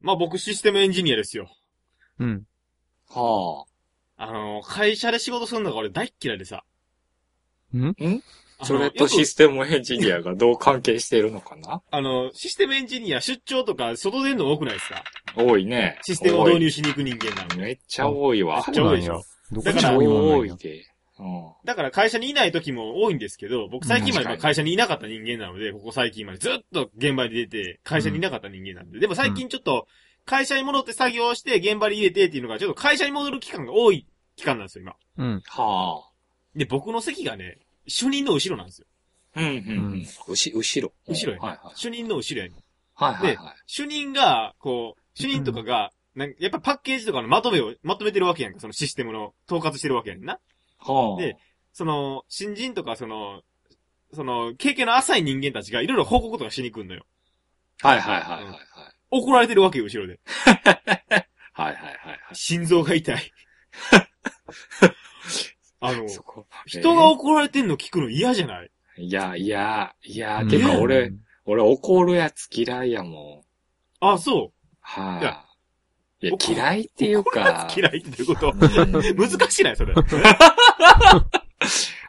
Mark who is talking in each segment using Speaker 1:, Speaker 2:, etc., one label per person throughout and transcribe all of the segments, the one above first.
Speaker 1: まあ僕システムエンジニアですよ。
Speaker 2: うん。
Speaker 3: は
Speaker 1: あの、会社で仕事するのが俺大っ嫌いでさ。
Speaker 2: ん
Speaker 3: あ。
Speaker 1: あの
Speaker 3: それ
Speaker 1: よ
Speaker 3: と
Speaker 1: く
Speaker 3: システムエンジニアがどう関係しているのかな
Speaker 1: あの、システムエンジニア出張とか外出るの多くないですか
Speaker 3: 多いね。
Speaker 1: システムを導
Speaker 3: 入。
Speaker 1: 入しに行く人間なんで。
Speaker 3: めっちゃ多いわ。
Speaker 1: めっち
Speaker 2: そ
Speaker 1: ゃ
Speaker 2: う
Speaker 1: 多
Speaker 2: ないん
Speaker 1: でし
Speaker 2: や
Speaker 1: ょ。。
Speaker 2: どこ
Speaker 1: だ
Speaker 2: に
Speaker 1: から
Speaker 2: も
Speaker 3: 多
Speaker 2: 多い
Speaker 3: い
Speaker 2: や。
Speaker 3: で。うん。
Speaker 1: だから会社にいない時も多いんですけど、僕最近までまあ
Speaker 3: うん確か
Speaker 1: 会社にいなかった人間なので、ここ最近までずっと現場に出て、会社にいなかった人間なんで。でも最近ちょっと、会社に戻って作業して現場に入れてっていうのが、ちょっと会社に戻る期間が多い期間なんですよ、今。
Speaker 2: うん。
Speaker 3: は
Speaker 1: で、僕の席がね、主任の後ろなんですよ。
Speaker 3: あ。うんうんう
Speaker 2: うんん。
Speaker 3: うし、後ろ。
Speaker 1: 後ろや
Speaker 3: はいはい。
Speaker 1: 主任の後ろやね
Speaker 3: はいはいはい。
Speaker 1: 主任が、こう、主任とかが、なんかやっぱパッケージとかのまとめを、まとめてるわけやんか、そのシステムの統括してるわけやんな。
Speaker 3: はあ。
Speaker 1: でその、新人とか、その、その、経験の浅い人間たちがいろいろ報告とかしに来んのよ。
Speaker 3: はいはいはいはいはい。
Speaker 1: 怒られてるわけよ、後ろで。
Speaker 3: はいはいはいは
Speaker 1: 心臓が痛い。 あの
Speaker 3: い。、そこ。
Speaker 1: 人が怒られてんの聞くの嫌じゃない
Speaker 3: いや、いや、いや、
Speaker 2: うん
Speaker 3: てか俺、、俺怒るやつ嫌いやもん。
Speaker 1: あ、そいや
Speaker 3: はい。いや、
Speaker 1: 怒る
Speaker 3: 嫌いっていうか。
Speaker 1: う。嫌いってどういうこと
Speaker 3: い
Speaker 1: 難しいない、それ。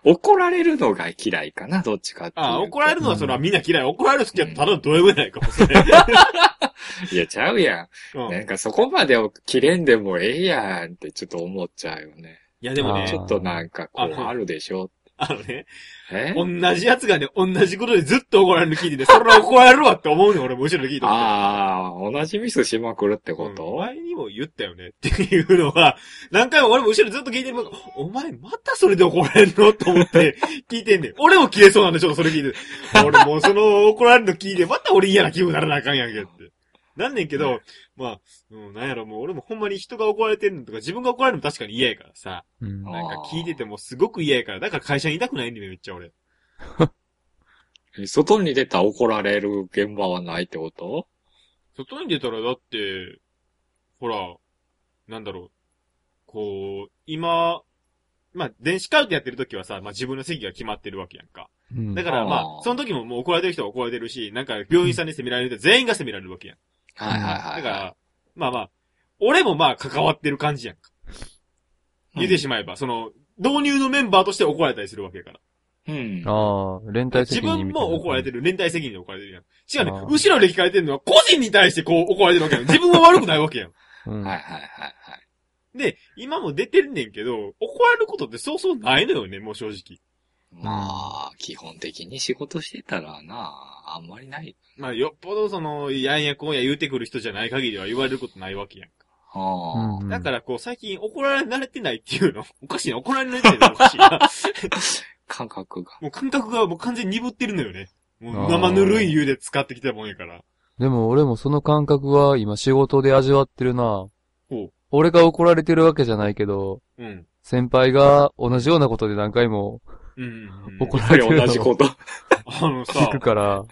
Speaker 3: 怒られるのが嫌いかな、どっちかっていうと。
Speaker 1: あ、怒られるのはそれはみんな嫌い。怒られる好きはただのどういうぐらいかもしれない。
Speaker 3: いや、ちゃうや。
Speaker 1: うんん
Speaker 3: なんかそこまで切れんでもええやんってちょっと思っちゃうよね。
Speaker 1: いや、でも
Speaker 2: あー
Speaker 1: ね
Speaker 3: ち、ょっとなんかこう
Speaker 1: あ
Speaker 3: あるでしょ。
Speaker 1: あのね、
Speaker 3: え
Speaker 1: 同じやつがね、同じことでずっと怒られるの聞いてて、それは怒られるわって思うの、俺も後ろで聞いて思って。
Speaker 3: ああ、同じミスしまくるってこ
Speaker 1: うんお
Speaker 3: と、
Speaker 1: 前にも言ったよねっていうのは、何回も俺も後ろずっと聞いてるもんお前またそれで怒られるのと思って聞いてんねん。俺も切れそうなんでちょっとそれ聞いてて。俺もうその怒られるの聞いて、また俺嫌な気分にならなあかんやんけって。なんねんけど、まあ、うん、なんやろ、もう俺もほんまに人が怒られてるのとか自分が怒られるのも確かに嫌やからさ。
Speaker 2: うん。
Speaker 1: なんか聞いててもすごく嫌やから、だから会社にいたくないんだよ、めっちゃ俺。
Speaker 3: 外に出たら怒られる現場はないってこと
Speaker 1: 外に出たらだって、ほら、なんだろう。こう、今、まあ、電子カルテやってる時はさ、まあ、自分の席が決まってるわけやんか。
Speaker 2: うん
Speaker 1: だから
Speaker 3: うん
Speaker 1: ま
Speaker 3: あ
Speaker 1: あ、
Speaker 3: ー
Speaker 1: その時ももう怒られてる人は怒られてるし、なんか病院さんに責められる人は全員が責められるわけやん。
Speaker 3: はいはいはい。
Speaker 1: だから、まあまあ、俺もまあ関わってる感じやんか。
Speaker 3: うん
Speaker 1: 言ってしまえば、その、導入のメンバーとして怒られたりするわけやから。
Speaker 3: うん。
Speaker 2: ああ、連帯
Speaker 1: 自
Speaker 2: 責任
Speaker 1: 分も怒られて
Speaker 2: る。
Speaker 1: る、連帯責任で怒られてるやん。違う
Speaker 2: あ
Speaker 1: ね
Speaker 2: ー、
Speaker 1: 後ろで聞かれてるのは個人に対してこう怒られてるわけやん。自分は悪くないわけやん。
Speaker 2: うん。
Speaker 3: はいはいはいはい。
Speaker 1: で、今も出てるねんけど、怒られることってそうそうないのよね、もう正直。
Speaker 3: まあ、基本的に仕事してたらな、あんまりない。
Speaker 1: まあ、よっぽどその、やんやこんや言うてくる人じゃない限りは言われることないわけやんか。
Speaker 3: はあ
Speaker 2: うん
Speaker 1: だからこう、最近怒られ慣れてないっていうの、おかしいな、怒られ慣れてないのおかしい な。
Speaker 3: 感覚が。
Speaker 1: もう感覚がもう完全に鈍ってるのよね。も
Speaker 2: あ
Speaker 1: う
Speaker 2: ー
Speaker 1: 生ぬるい湯で使ってきたもんやから。
Speaker 2: でも俺もその感覚は今仕事で味わってるな
Speaker 1: ほう。
Speaker 2: 俺が怒られてるわけじゃないけど、
Speaker 1: うん。
Speaker 2: 先輩が同じようなことで何回も
Speaker 1: うんうん、うん。
Speaker 2: 怒
Speaker 3: や
Speaker 2: ら
Speaker 3: っぱ
Speaker 2: れ
Speaker 3: り
Speaker 2: てるの
Speaker 3: 同じこと。
Speaker 1: あの さ、
Speaker 2: 聞
Speaker 1: な
Speaker 2: く
Speaker 1: んで
Speaker 2: から、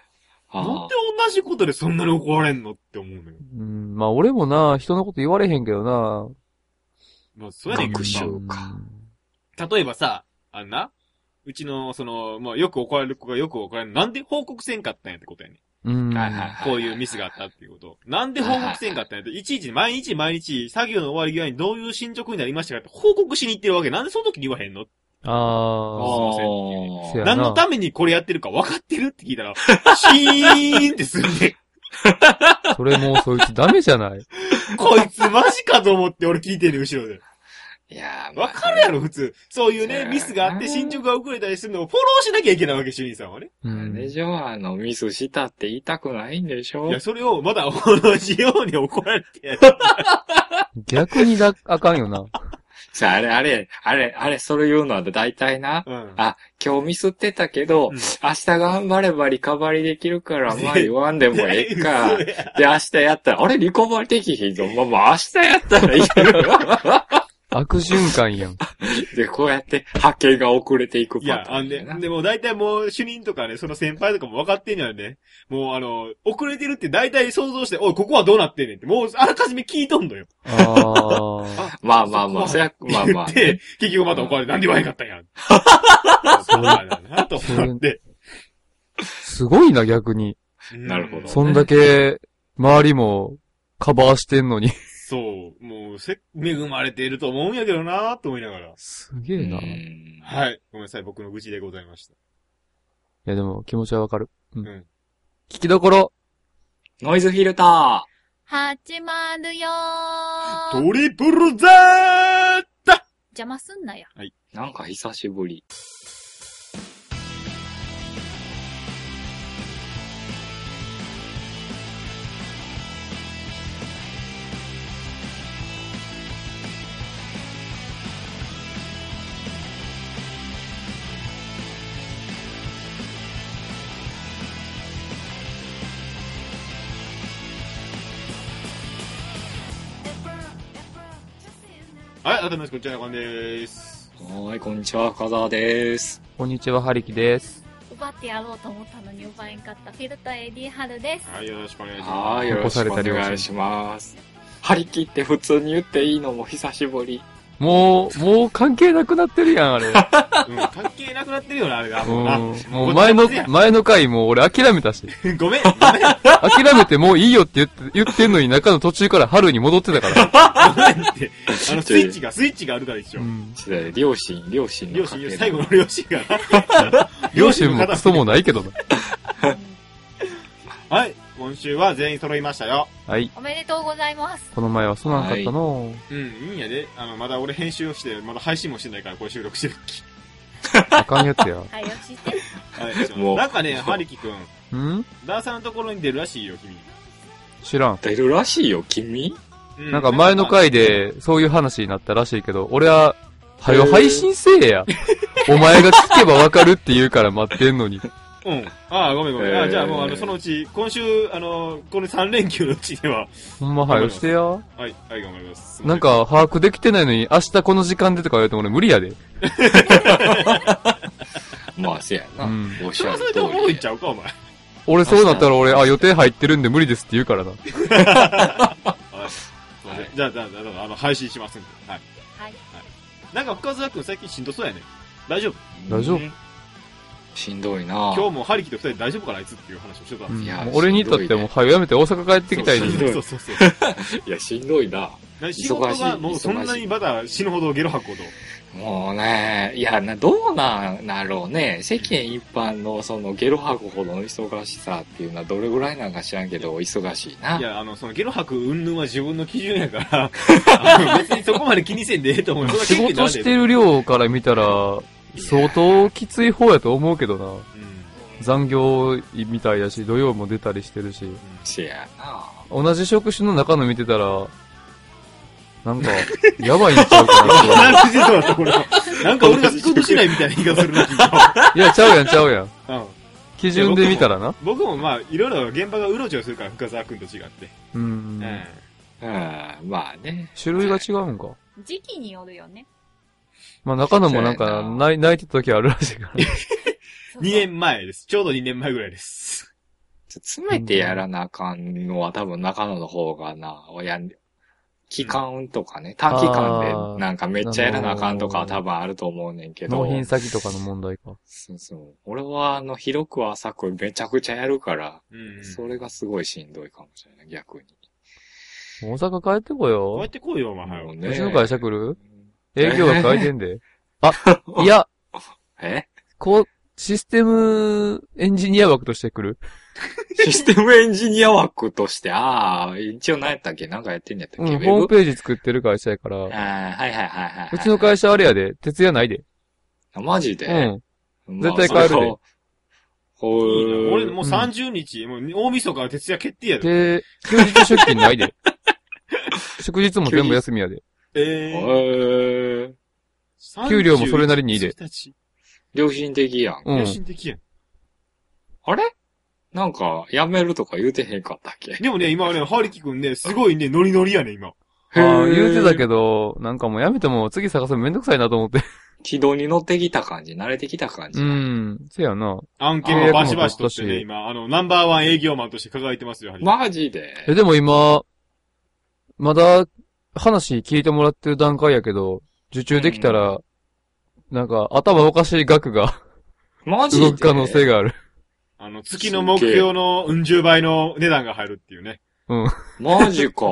Speaker 3: あ
Speaker 1: 同じことでそんなに怒られんのって思うのよ。
Speaker 2: うん、まあ俺もな、人のこと言われへんけどな。
Speaker 1: まあ、そうやねんけど
Speaker 3: 学習
Speaker 1: さ。
Speaker 3: そうか
Speaker 1: 例えばさ、あんな、うちの、その、まあ、よく怒られる子がよく怒られる。なんで報告せんかったんやってことやねん。
Speaker 2: うん。
Speaker 3: あはいはいはい。
Speaker 1: こういうミスがあったっていうこと。なんで報告せんかったんやって、いちいち毎日毎日作業の終わり際にどういう進捗になりましたかって報告しに行ってるわけ。なんでその時に言わへんの
Speaker 3: あ
Speaker 2: あ
Speaker 1: すいません
Speaker 3: ー
Speaker 2: せやな
Speaker 1: 何のためにこれやってるか分かってるって聞いたら、シーンってすんね
Speaker 2: あ、それもうそいつダメじゃない。
Speaker 1: ん。こいつマジかと思って俺聞いてる後ろで。
Speaker 3: いやー、まあ
Speaker 1: 分かるやろ、普通。そういう
Speaker 3: そうや
Speaker 1: ね、
Speaker 3: な
Speaker 1: ミスがあって進捗が遅れたりするのをフォローしなきゃいけないわけ、主任さんはね。
Speaker 2: う
Speaker 3: あれ
Speaker 2: ん。
Speaker 3: じゃあの、ミスしたって言いたくないんでしょ
Speaker 1: いや、それをまだ同じように怒られてやる。
Speaker 2: 逆にだ、あかんよ な。
Speaker 3: さあ、あれ、あれ、あれ、あれ、それ言うのは大体な、
Speaker 1: うん。
Speaker 3: あ、今日ミスってたけど、
Speaker 1: うん
Speaker 3: 明日頑張ればリカバリできるから、まあ言わんでもえ えか。
Speaker 1: 嘘や
Speaker 3: で、明日やったら、あれ、リカバリできひんぞ。まあまあ、明日やったらいけるわ。
Speaker 2: 悪循環やん。
Speaker 3: で、こうやって波形が遅れていく
Speaker 1: い
Speaker 3: パ
Speaker 1: や、
Speaker 3: ター
Speaker 1: あん
Speaker 3: ンだ
Speaker 1: で
Speaker 3: よな。、
Speaker 1: でも大体もう主任とかね、その先輩とかも分かってんのよね。もうあの、遅れてるって大体想像して、おい、ここはどうなってんねんって、もうあらかじめ聞いとんのよ。
Speaker 2: ああ。
Speaker 3: まあまあまあ、そりゃ、まあまあ、
Speaker 1: で
Speaker 3: ね。、
Speaker 1: 結局また怒られて、なんで言わへんかったんや。 そうだな、と思って。
Speaker 2: すごいな、逆に。
Speaker 1: うん
Speaker 3: なるほど
Speaker 2: そんだけ、周りも、カバーしてんのに。
Speaker 1: そう。もう、せ、恵まれていると思うんやけどなと思いながら。
Speaker 2: すげえな。
Speaker 3: う
Speaker 2: い
Speaker 3: ん
Speaker 1: はい。ごめんなさい、僕の愚痴でございました。
Speaker 2: やでも気持ちはわかる。うん。
Speaker 1: うん
Speaker 2: 聞きどころ。
Speaker 3: ノイズフィルター。
Speaker 4: 始まるよー
Speaker 1: トリプルザータ
Speaker 4: 邪魔すんなよ。
Speaker 3: なんか久しぶり。
Speaker 1: はい、改めまして、こんにちは、こんです。
Speaker 3: はーい、こんにちは、深澤です。
Speaker 2: こんにちは、はりきです。
Speaker 4: 奪ってやろうと思ったのに奪えんかった。フィルター AD 春です。
Speaker 1: はい、よろしくお願いします。
Speaker 3: はーい、よろしくお願いします。張り切って普通に言っていいのも久しぶり。
Speaker 2: もう、もう関係なくなってるやん、あれ。
Speaker 1: うん、関係なくなってるよな、あれが。
Speaker 2: う
Speaker 1: もうな。
Speaker 2: ん。もう前の、前の回もう俺諦めた し。
Speaker 1: ごめん、ごめん、
Speaker 2: 諦めてもういいよって言って、言ってんのに中の途中から春に戻ってた から。
Speaker 1: ごめんって。あの、スイッチ
Speaker 3: が。
Speaker 1: が、スイッチがあるから一
Speaker 2: う
Speaker 1: 応。
Speaker 2: ん。
Speaker 3: 両親、両親
Speaker 1: 両
Speaker 3: の家
Speaker 1: 親
Speaker 3: 庭、
Speaker 1: 最後の両親が。
Speaker 2: 両 親もクソも
Speaker 1: な。
Speaker 2: ないけどな。
Speaker 1: はい、今週は全員揃いましたよ。
Speaker 2: はい。
Speaker 4: おめでとうございます。
Speaker 2: この前はそなんかったの、
Speaker 1: うん、いいんやで。あの、まだ俺編集をして、まだ配信もしてないから、これ収録してるっき。
Speaker 2: あかんやつや。
Speaker 4: はい、よして。
Speaker 1: はい、
Speaker 3: もう
Speaker 1: なんかね、はりきくん、
Speaker 2: ん
Speaker 1: ダーサのところに出るらしいよ、君。
Speaker 2: 知らん。
Speaker 3: 出るらしいよ、君
Speaker 1: う
Speaker 2: なんか前の回で、そういう話になったらしいけど、俺は、はよ配信せえや。お前が聞けばわかるって言うから待ってんのに。
Speaker 1: うん。ああ、ごめんごめん。
Speaker 3: えー
Speaker 1: あじゃあもう、あの、そのうち、今週、あの、この3連休のうちでは、
Speaker 2: ほんまはよしてや。
Speaker 1: はい、はい、頑張ります。
Speaker 2: なん、か、把握できてないのに、明日この時間でとか言われても俺無理やで。
Speaker 3: まあ、せやな。
Speaker 2: うん
Speaker 3: おっし
Speaker 1: それ
Speaker 3: ゃ
Speaker 1: は
Speaker 3: る
Speaker 1: それで
Speaker 3: 通りで。
Speaker 1: おもろいんちゃうか、お前。
Speaker 2: 俺そうなったら俺、あ、予定入ってるんで無理ですって言うからな。
Speaker 3: はい
Speaker 1: じゃあ、じゃあ、じゃあ、あの、配信しますんで。はい。
Speaker 4: はい。
Speaker 1: なんか、深澤くん最近しんどそうやね。大丈夫
Speaker 2: 大丈夫
Speaker 3: うんしんどいな
Speaker 1: 今日もハリキと二人大丈夫かなあいつっていう話をしてた
Speaker 2: うんん
Speaker 1: で
Speaker 3: いや
Speaker 2: もう俺に至っても、はよやめて大阪帰っ
Speaker 1: す
Speaker 2: てき
Speaker 1: よ。
Speaker 2: たい
Speaker 1: そう
Speaker 2: ね
Speaker 3: しんど
Speaker 1: そうそうそうそう。
Speaker 3: いや、しんどいな
Speaker 1: 何仕事がもうそんなにまだ死ぬほどゲロ吐くほど。。
Speaker 3: もうね、いや、な、どうなんだろうね。世間一般の、その、ゲロ吐くほどの忙しさっていうのは、どれぐらいなんか知らんけど、忙しいない
Speaker 1: や、あの、そのゲロ吐く云々は自分の基準や から、あの別にそこまで気にせんでええと思う。そんな経
Speaker 2: 仕
Speaker 1: 験な
Speaker 2: 事
Speaker 1: んで
Speaker 2: してる量から見たら、相当きつい方やと思うけどな。
Speaker 1: うん。
Speaker 2: 残業みたいやし、土曜も出たりしてるし。
Speaker 3: せやな
Speaker 2: 同じ職種の中の見てたら、なんか、やばいんちゃうかなって
Speaker 1: なんでそうだった、これは。なんか俺が仕事しないみたいな言い方するな、君 は。
Speaker 2: いや、ちゃうやん、ちゃうやん。
Speaker 1: うん。
Speaker 2: 基準で見たらな。
Speaker 1: 僕もまあ、いろいろ現場がうろちょろするから、深沢君と違って。
Speaker 2: う。
Speaker 1: うん
Speaker 3: うん、まあね。
Speaker 2: 種類が違うんか。
Speaker 4: 時期によるよね。
Speaker 2: まあ、中野もなん
Speaker 3: そうや
Speaker 2: か、
Speaker 3: な
Speaker 2: 泣い泣いてた時あるらしいから。
Speaker 4: そう
Speaker 1: 2年前です。ちょうど2年前ぐらいです。
Speaker 3: 詰めてやらなあかんのは多分中野の方がな、やん、期間とかね、短期間
Speaker 2: あー
Speaker 3: でなんかめっちゃやらなあかんとかは多分あると思うねんけど
Speaker 2: 納。品先とかの問題か。
Speaker 3: そうそう。俺はあの、広くは浅くめちゃくちゃやるから、
Speaker 1: うん
Speaker 3: それがすごいしんどいかもしれない、逆に。
Speaker 2: 大阪帰ってこ
Speaker 1: こうや
Speaker 2: よ
Speaker 1: っ。てこいよ、お前は
Speaker 3: も
Speaker 1: よ。
Speaker 3: ね
Speaker 2: うちの会社来る営業が変えてんで。 あ、いや、
Speaker 3: え
Speaker 2: こう、システムエンジニア枠として来る
Speaker 3: システムエンジニア枠として、ああ、一応何やったっけなんかやってんやった
Speaker 2: う
Speaker 3: っけ、
Speaker 2: ん、ホ
Speaker 3: ウ
Speaker 2: ーム
Speaker 3: ェ
Speaker 2: ペ
Speaker 3: ブ
Speaker 2: ージ作ってる会社やか
Speaker 3: あ
Speaker 2: ら。
Speaker 3: あ、はいはいはいはい。
Speaker 2: うちの会社あれやで、徹夜ないで。
Speaker 3: 社。マジで
Speaker 2: うん。
Speaker 3: まあ
Speaker 2: 絶対帰るで。
Speaker 3: ほう。
Speaker 1: いいな俺もう
Speaker 2: うん
Speaker 1: 30日、もう大晦日は徹夜決定やで。
Speaker 2: で、休日出勤ない で。祝日も全部休みやで。
Speaker 1: えー
Speaker 3: へー
Speaker 1: 31
Speaker 2: 給料もそれなりにいいで
Speaker 1: 1日
Speaker 3: 良心的やん。
Speaker 2: うん
Speaker 1: 良。心的やん。
Speaker 3: あれなんか、辞めるとか言うてへんかったっけ
Speaker 1: でもね、今ね、ハリキ君ね、すごいね、ノリノリやね、今。
Speaker 2: ああ、言うてた
Speaker 3: ど。
Speaker 2: けど、なんかもうやめても次探すのめんどくさいなと思って。
Speaker 3: 軌道に乗ってきた感じ、慣れてきた感じ。
Speaker 2: う。ん。せやな。
Speaker 1: 案件をバシバシとって
Speaker 2: あ
Speaker 1: ね、
Speaker 2: ー
Speaker 1: 今、あの、ナンバーワン営業マンとして輝いてますよ、ハリキ
Speaker 3: マジで。
Speaker 2: え、でも今、まだ話聞いてもらってる段階やけど、受注できたら、なんか頭おかしい額が
Speaker 3: マジで。
Speaker 2: 動く可能性がある。
Speaker 1: あの、月の目標のうん十倍の値段が入るっていうね。
Speaker 2: ううん。い
Speaker 3: マジか。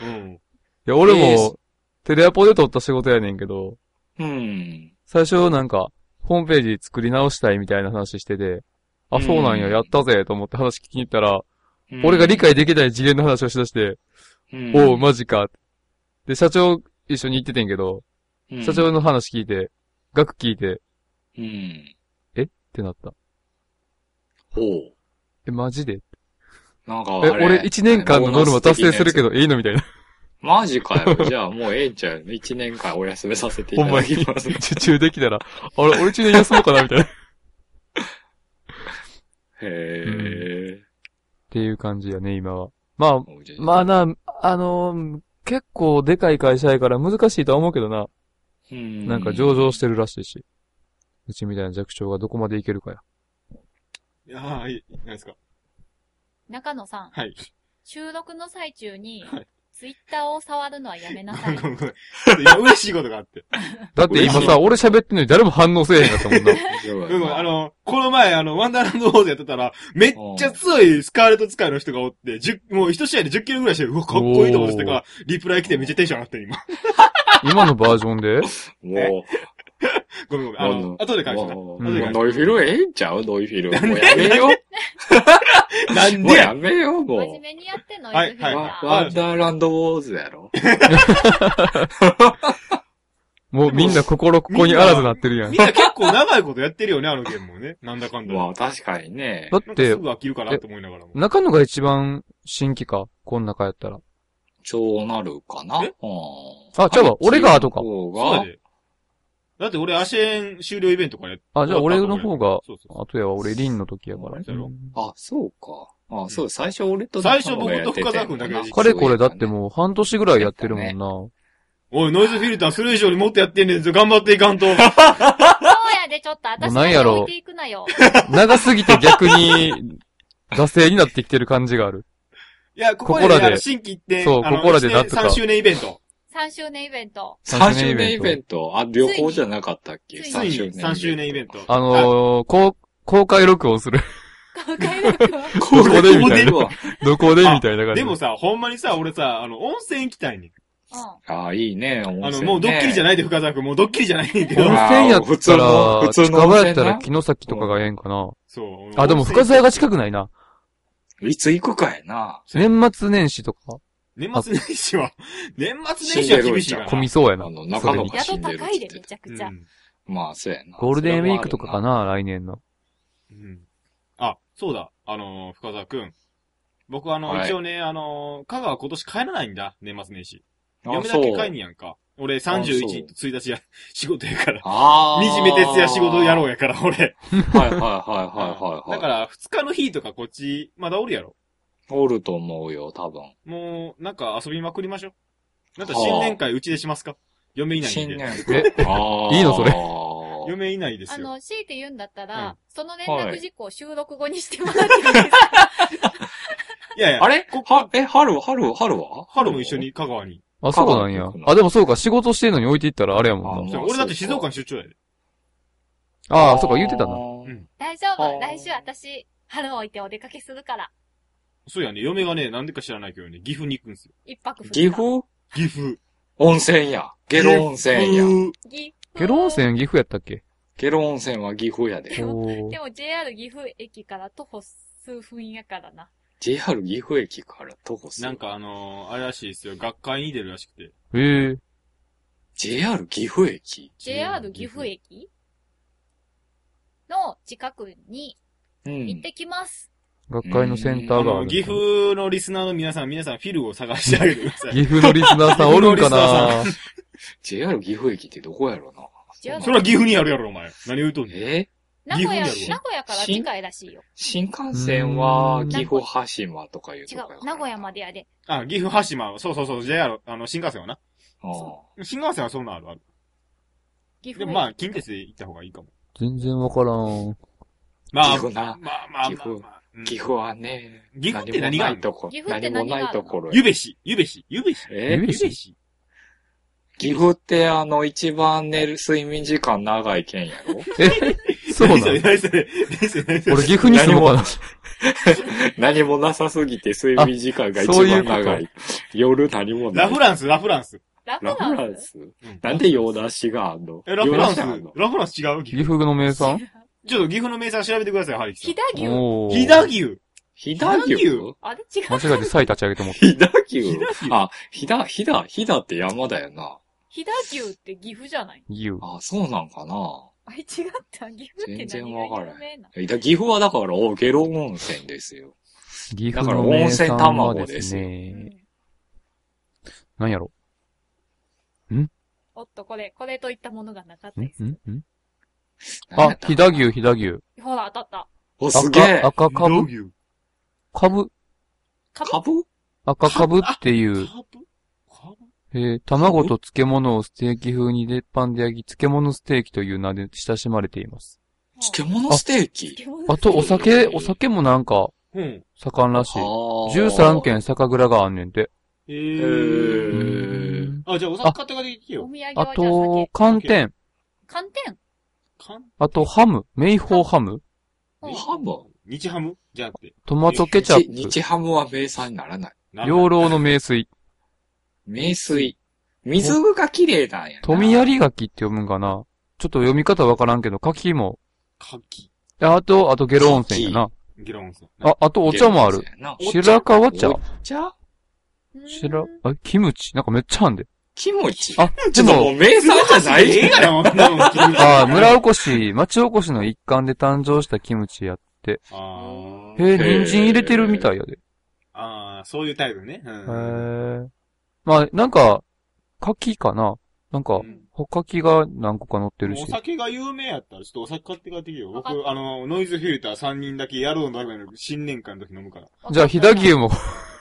Speaker 1: うん。
Speaker 2: や、俺
Speaker 3: え
Speaker 2: も
Speaker 3: ー、
Speaker 2: テレアポで撮った仕事やねんけど、
Speaker 3: うん。
Speaker 2: 最初なんか、ホームページ作り直したいみたいな話してて、あ、そうなんや、
Speaker 3: うん
Speaker 2: やったぜ、と思って話聞きに行ったら、俺が理解できない次元の話をしだして、
Speaker 3: うん、
Speaker 2: おう、マジか。で、社長一緒に行っててんけど、
Speaker 3: うん
Speaker 2: 社長の話聞いて、額聞いて、っ
Speaker 3: うん。
Speaker 2: てなった。
Speaker 3: おう。
Speaker 2: え、マジで
Speaker 3: なんか
Speaker 2: え、
Speaker 3: あれ、
Speaker 2: 俺1年間のノルマ達成するけど、ええのみたいな。
Speaker 3: マジかよ。じゃあもうええんちゃう。一年間お休みさせていただきます。
Speaker 2: 受注できたら、あれ、俺1年休もうかな、みたい な。っ
Speaker 3: へ
Speaker 2: ていう感じやね、今は。まあ、
Speaker 3: ー。
Speaker 2: まあな、あのー結構でかい会社やから難しいとは思うけどな。
Speaker 3: うん、
Speaker 2: なんか上場してるらしいし。うちみたいな弱小がどこまでいけるかや。
Speaker 1: ああ、いい、なんですか。
Speaker 4: 中野さん、
Speaker 1: はい。
Speaker 4: 収録の最中に
Speaker 1: はい、
Speaker 4: ツイッターを触るのはやめな
Speaker 1: ご
Speaker 4: さ
Speaker 1: めん
Speaker 4: い
Speaker 1: ご。めんごめんちょっと今嬉しいことがあって。
Speaker 2: だって 今
Speaker 1: 嬉し
Speaker 2: さ、俺喋ってんのに誰も反応せえへんかったもんな。
Speaker 3: 場
Speaker 1: うん、あの、この前、あの、ワンダーランドウォーズやってたら、めっちゃ強いスカーレット使いの人がおって、十もう一試合で10キロぐらいして、うわ、かっこいいと思ってたから、リプライ来てめっちゃテンション上がってる、今。
Speaker 2: 今のバージョンで
Speaker 3: も
Speaker 1: ごめんごめ
Speaker 3: う、
Speaker 1: ん。あの、後で返した。
Speaker 3: もう
Speaker 2: 後で返す
Speaker 3: ノイフィルええんちゃうノイフィル。もうやめよう。
Speaker 1: なん
Speaker 3: もう
Speaker 1: でや
Speaker 3: やめよう、
Speaker 4: 真面
Speaker 3: も
Speaker 4: 目にやってんの、
Speaker 1: はい
Speaker 4: ゆずひな
Speaker 1: は
Speaker 3: う。
Speaker 1: い
Speaker 3: ワンダーランドウォーズやろ。
Speaker 2: もうみんな心ここにあらずなってるやん
Speaker 1: みん。な結構長いことやってるよね、あのゲームもね。 なんだかんだ。
Speaker 3: まあ確かにね。
Speaker 1: な
Speaker 2: だっ
Speaker 1: んかす
Speaker 2: て、
Speaker 1: ぐ飽きるかなと思いながらも。
Speaker 2: 中野が一番新規か。こん中やったら。
Speaker 3: そうなるかな。
Speaker 1: え
Speaker 3: うん
Speaker 2: あ、じゃあ俺が後か
Speaker 3: そう
Speaker 1: そう
Speaker 3: が
Speaker 1: だで。だって俺、アシェン終了イベントからやっ
Speaker 2: あ、じゃあ俺の方が、
Speaker 1: そうそう
Speaker 2: 後やわ、俺、リンの時やから。
Speaker 1: そうやろ
Speaker 3: あ、そうか。あ、そう、最初俺と
Speaker 1: 最初僕と深澤君だけで
Speaker 2: かれこれだってもう半年ぐらいやってるも
Speaker 1: おい、ノイズフィルターそれ以上にもっとやってんねんぞ、頑張っていか んと。
Speaker 4: そうやで、ちょっと私
Speaker 2: もうなんやろ
Speaker 4: に置いていくなよ。
Speaker 2: んな。長すぎて逆に、惰性になってきてる感じがある。
Speaker 1: いや、ここ
Speaker 2: ここら
Speaker 1: で、
Speaker 2: で
Speaker 1: あの新規一点、
Speaker 2: そう
Speaker 1: あの
Speaker 2: ここらでなんとか
Speaker 1: 3周年イベント。
Speaker 4: 3周年イベ ント。
Speaker 3: 3
Speaker 2: 3
Speaker 3: 周
Speaker 2: 周
Speaker 3: 年
Speaker 2: 年
Speaker 3: イ
Speaker 2: イ
Speaker 3: ベ
Speaker 2: ベ
Speaker 3: ント。あ、旅行じゃなかったっけ
Speaker 4: ついに
Speaker 1: ついに3
Speaker 3: ?3
Speaker 1: 周
Speaker 3: 周
Speaker 1: 年
Speaker 3: 年
Speaker 1: イ
Speaker 3: イ
Speaker 1: ベ
Speaker 3: ベ
Speaker 1: ン
Speaker 3: ン
Speaker 1: ト
Speaker 3: ト。。
Speaker 2: あのー、こう、公開録音する。
Speaker 4: 公開録音
Speaker 3: ここで見てるわ。
Speaker 2: どこでみたいな感じ。
Speaker 1: でもさ、ほんまにさ、俺さ、あの、温泉行きたいねん。
Speaker 3: あいいね、温
Speaker 1: あの、
Speaker 3: 泉ね。
Speaker 1: もうドッキリじゃないで、深澤くん。もうドッキリじゃないねんけど
Speaker 2: 温。泉やった
Speaker 3: あー
Speaker 2: ら、
Speaker 3: 普通の
Speaker 2: 近
Speaker 3: 普通の温泉な
Speaker 2: 場やったら木の先とかがええんかな。
Speaker 1: そう。
Speaker 2: あ、でも深
Speaker 1: 沢
Speaker 2: 沢が近くないな。
Speaker 3: いつ行くかやな。
Speaker 2: 年末年始とか、
Speaker 1: 年末年始 は、年末年始は厳しいから。
Speaker 2: 混みそうや
Speaker 3: あ
Speaker 2: な。
Speaker 3: の、中野が死
Speaker 4: 宿
Speaker 3: んでる
Speaker 4: 高
Speaker 3: っ
Speaker 4: い
Speaker 3: つ
Speaker 4: で、
Speaker 3: って。
Speaker 4: めちゃ
Speaker 1: う
Speaker 4: く
Speaker 1: ん
Speaker 4: ちゃ。
Speaker 3: まあ、そうやな。
Speaker 2: ゴールデンウィークとかかな、来年の。
Speaker 1: うん。あ、そうだ。あのー、深澤くん。僕あの、
Speaker 3: はい
Speaker 1: 一応ね、あのー、香川今年帰らないんだ。年末年始。
Speaker 3: それもあ
Speaker 1: 嫁
Speaker 3: るな。
Speaker 1: だけ
Speaker 3: あ
Speaker 1: 帰んやんか。俺31
Speaker 3: あそう
Speaker 1: と1日や、仕事やから。
Speaker 3: あー
Speaker 1: 惨め徹夜仕事やろうやから、俺。
Speaker 3: はいはいはいはいはい。
Speaker 1: だから、2日の日とかこっち、まだおるやろ。
Speaker 3: おると思うよ、多分。
Speaker 1: もう、なんか遊びまくりましょう。なんか新年会うちでしますか嫁いないん
Speaker 3: 新
Speaker 1: で。
Speaker 3: 年。
Speaker 2: え
Speaker 3: あ あ。
Speaker 2: いいのそれ
Speaker 3: れ。
Speaker 1: 嫁いないです
Speaker 4: あ
Speaker 1: よ。
Speaker 4: の、強いて言うんだった
Speaker 1: うん
Speaker 4: ら、その連
Speaker 3: は
Speaker 4: 絡
Speaker 3: い
Speaker 4: 事項を収録後にしてもらっていいですか
Speaker 1: いやいや
Speaker 3: あ、れは、え、春は、春は、春は
Speaker 1: 春も一緒。に香川に。
Speaker 2: あ、そうなん
Speaker 3: 香川
Speaker 2: や
Speaker 3: の曲。な
Speaker 2: あ、でもそうか、仕事してんのに置いていったらあれやもん
Speaker 3: あ
Speaker 2: な。
Speaker 1: そう
Speaker 3: ま
Speaker 1: 俺だって静岡に出張やで。
Speaker 2: ああー、そうか、言ってたな。
Speaker 3: うん
Speaker 4: 大丈
Speaker 3: あー
Speaker 4: 夫。来週私、春を置いてお出かけするから。
Speaker 1: そうやね。嫁がね、なんでか知らないけどね、岐阜に行くんですよ。
Speaker 4: 一泊二日
Speaker 3: 岐阜
Speaker 1: 岐阜。
Speaker 3: 温泉や。ゲロ温泉や。
Speaker 1: や。
Speaker 4: 岐阜
Speaker 2: ゲロ温泉岐阜やったっけ
Speaker 3: ゲロ温泉は岐阜やで。
Speaker 2: おー
Speaker 4: でも JR 岐阜駅から徒歩数分やからな。
Speaker 3: JR 岐阜駅から徒歩する。
Speaker 1: なんかあのー、あれらしいですよ。学会に出るらしくて。
Speaker 2: ええ。
Speaker 3: JR 岐阜駅
Speaker 4: JR 岐阜駅の近くに
Speaker 3: う
Speaker 4: 行っ
Speaker 3: ん。
Speaker 4: てきます。
Speaker 2: 学会のセンタ
Speaker 1: あ
Speaker 2: ーがあ
Speaker 1: の、
Speaker 2: る。
Speaker 1: 岐阜のリスナーの皆さん、皆さんフィルを探してあげてください。
Speaker 2: 岐阜のリスナーさんおるんかな
Speaker 3: JR 岐阜駅ってどこやろな。
Speaker 4: JR
Speaker 1: それは岐阜にあるやろ、お前。何言うとんねん。
Speaker 3: え
Speaker 4: 名古屋、名
Speaker 1: 岐阜
Speaker 4: 古
Speaker 1: や
Speaker 4: 屋から近いらしいよ。
Speaker 3: 新幹線は
Speaker 2: うん
Speaker 3: 岐阜羽島とかいう
Speaker 4: 違
Speaker 3: とこやから
Speaker 4: う、名古屋までやで。
Speaker 1: あ、岐阜、羽島、そうそうそう、JR、あの、新幹線はな。
Speaker 3: ああ
Speaker 1: 新幹線はそんなんあるある。
Speaker 4: 岐
Speaker 1: で
Speaker 4: 阜
Speaker 1: も
Speaker 4: 駅
Speaker 1: まあ、近鉄で行った方がいいかも。
Speaker 2: 全然わからん。
Speaker 1: まあ、
Speaker 3: 岐
Speaker 1: ま
Speaker 3: 阜な
Speaker 1: あ。まあまあ
Speaker 3: 岐阜
Speaker 1: まあ。うん
Speaker 3: 岐阜はね、
Speaker 1: 岐阜って何
Speaker 3: も
Speaker 1: があ
Speaker 3: な
Speaker 1: る
Speaker 3: いとこ
Speaker 4: 岐。阜って
Speaker 3: 何も
Speaker 4: 何があ
Speaker 3: な
Speaker 4: るの
Speaker 3: いところや
Speaker 1: ゆべし、ゆべし、ゆべし。
Speaker 3: え
Speaker 2: ゆべ
Speaker 1: ゆ
Speaker 2: し
Speaker 1: べし
Speaker 3: 岐阜ってあの一番寝る睡眠時間長い県やろ
Speaker 2: え、そうなの
Speaker 1: 何それ何それ何それ
Speaker 2: 俺岐阜に住もうかな。
Speaker 3: 何もなさすぎて睡眠時間が一
Speaker 2: そういう
Speaker 3: 番
Speaker 2: こと
Speaker 3: 長い。夜何もない。
Speaker 1: ラフランス、ラフランス。
Speaker 4: ラフ
Speaker 3: ラフラ
Speaker 4: ラ
Speaker 3: ン
Speaker 4: ン
Speaker 3: ス
Speaker 4: ス
Speaker 1: うん
Speaker 3: なんで用出しがあんの
Speaker 1: え、ラフランス、
Speaker 3: 用出しあんの
Speaker 1: ラフランス違う岐
Speaker 2: 岐
Speaker 1: 阜
Speaker 2: 阜の名産
Speaker 1: ちょっと岐阜の名産調べてください、ハリキさ
Speaker 4: 飛
Speaker 1: ん。
Speaker 4: 騨牛
Speaker 2: おー
Speaker 1: 飛騨牛。
Speaker 3: 飛騨
Speaker 1: 飛
Speaker 3: 牛
Speaker 1: 騨牛
Speaker 4: あれ違う。
Speaker 2: 間違えてサイ立ち上げてもうた
Speaker 3: 飛騨牛
Speaker 1: 飛騨牛
Speaker 3: あ、飛騨、飛騨、飛騨って山だよな。
Speaker 4: 飛騨牛って岐阜じゃない
Speaker 2: 牛。
Speaker 3: あ、そうなんかな。
Speaker 4: あれ違った。岐阜って
Speaker 3: 全然
Speaker 4: 何
Speaker 3: わ
Speaker 4: が
Speaker 3: から
Speaker 4: 有名な
Speaker 3: だ岐阜はだから、おゲロ温泉ですよ。
Speaker 2: 岐阜の名産はです
Speaker 4: の、う
Speaker 2: ね、
Speaker 4: ん
Speaker 2: 何やろ
Speaker 4: おっと、これ、これといったものがなかった
Speaker 2: ん
Speaker 4: です。
Speaker 2: んん
Speaker 3: 何や
Speaker 2: あ
Speaker 3: っ、た
Speaker 2: 飛騨牛、飛騨牛。
Speaker 4: ほら、当たった。
Speaker 3: お、すげえ
Speaker 2: 赤、。赤
Speaker 1: 飛
Speaker 2: か
Speaker 1: 騨
Speaker 2: ぶ
Speaker 1: 牛。
Speaker 2: かぶ
Speaker 4: か
Speaker 3: カブ
Speaker 2: 赤かぶっていう、
Speaker 1: カブカブ
Speaker 2: えー卵と漬物をステーキ風に鉄板で焼き、漬物ステーキという名で親しまれています。
Speaker 3: 漬物ステーキ
Speaker 4: 物
Speaker 2: あと、お酒、お酒もなんか、
Speaker 1: うん。
Speaker 2: 盛んらしい。13
Speaker 3: 13。
Speaker 2: 軒酒蔵があんねんて。
Speaker 1: え
Speaker 3: え
Speaker 1: ー。
Speaker 3: ー。
Speaker 1: あ、じゃあお酒買って帰ってきて
Speaker 4: お土
Speaker 1: よ。
Speaker 4: 産はじゃ
Speaker 2: あ
Speaker 4: あ
Speaker 2: と
Speaker 4: 酒、。
Speaker 2: 寒天。
Speaker 4: 寒天
Speaker 1: かん
Speaker 2: あと、ハム。メイホーハム。
Speaker 4: うん
Speaker 3: ハム
Speaker 1: 日ハムじゃなくて。
Speaker 2: トマトケチャ
Speaker 3: 日
Speaker 2: ップ。
Speaker 3: 日ハムは名産にならない。
Speaker 1: なんだ
Speaker 2: 養老の名水。
Speaker 3: 名水。水が綺麗なんやな。
Speaker 2: 富槍柿って読むんかなちょっと読み方わからんけど、柿も。
Speaker 1: 柿。
Speaker 2: あと、あとゲロ温泉やな。
Speaker 1: ゲロンさん。
Speaker 2: あ、あとお茶もある。。白川茶
Speaker 3: お茶
Speaker 4: うん
Speaker 2: 白、あ、キムチなんかめっちゃあんで。
Speaker 3: キムチ
Speaker 2: あ、
Speaker 3: ち
Speaker 2: で
Speaker 3: ょっとも
Speaker 2: も、
Speaker 3: う名産じ ゃない
Speaker 1: ええやん、女の子。
Speaker 2: あー、村おこし、町おこしの一環で誕生したキムチや。
Speaker 1: あ
Speaker 2: へ
Speaker 1: ー
Speaker 2: え、人参入れてるみたいやで。
Speaker 1: あー、そういう態度ね。うん
Speaker 2: へえ。まあ、なんか、柿かななんか
Speaker 1: う、ん
Speaker 2: ほかきが何個か乗ってるし
Speaker 1: お。酒が有名やったら、ちょっとお酒買って帰ってきてよ。僕
Speaker 4: わかっ、
Speaker 1: あの、ノイズフィルター3人だけ野郎のための新年会の時飲むから。
Speaker 2: じゃあ、飛騨。 牛も、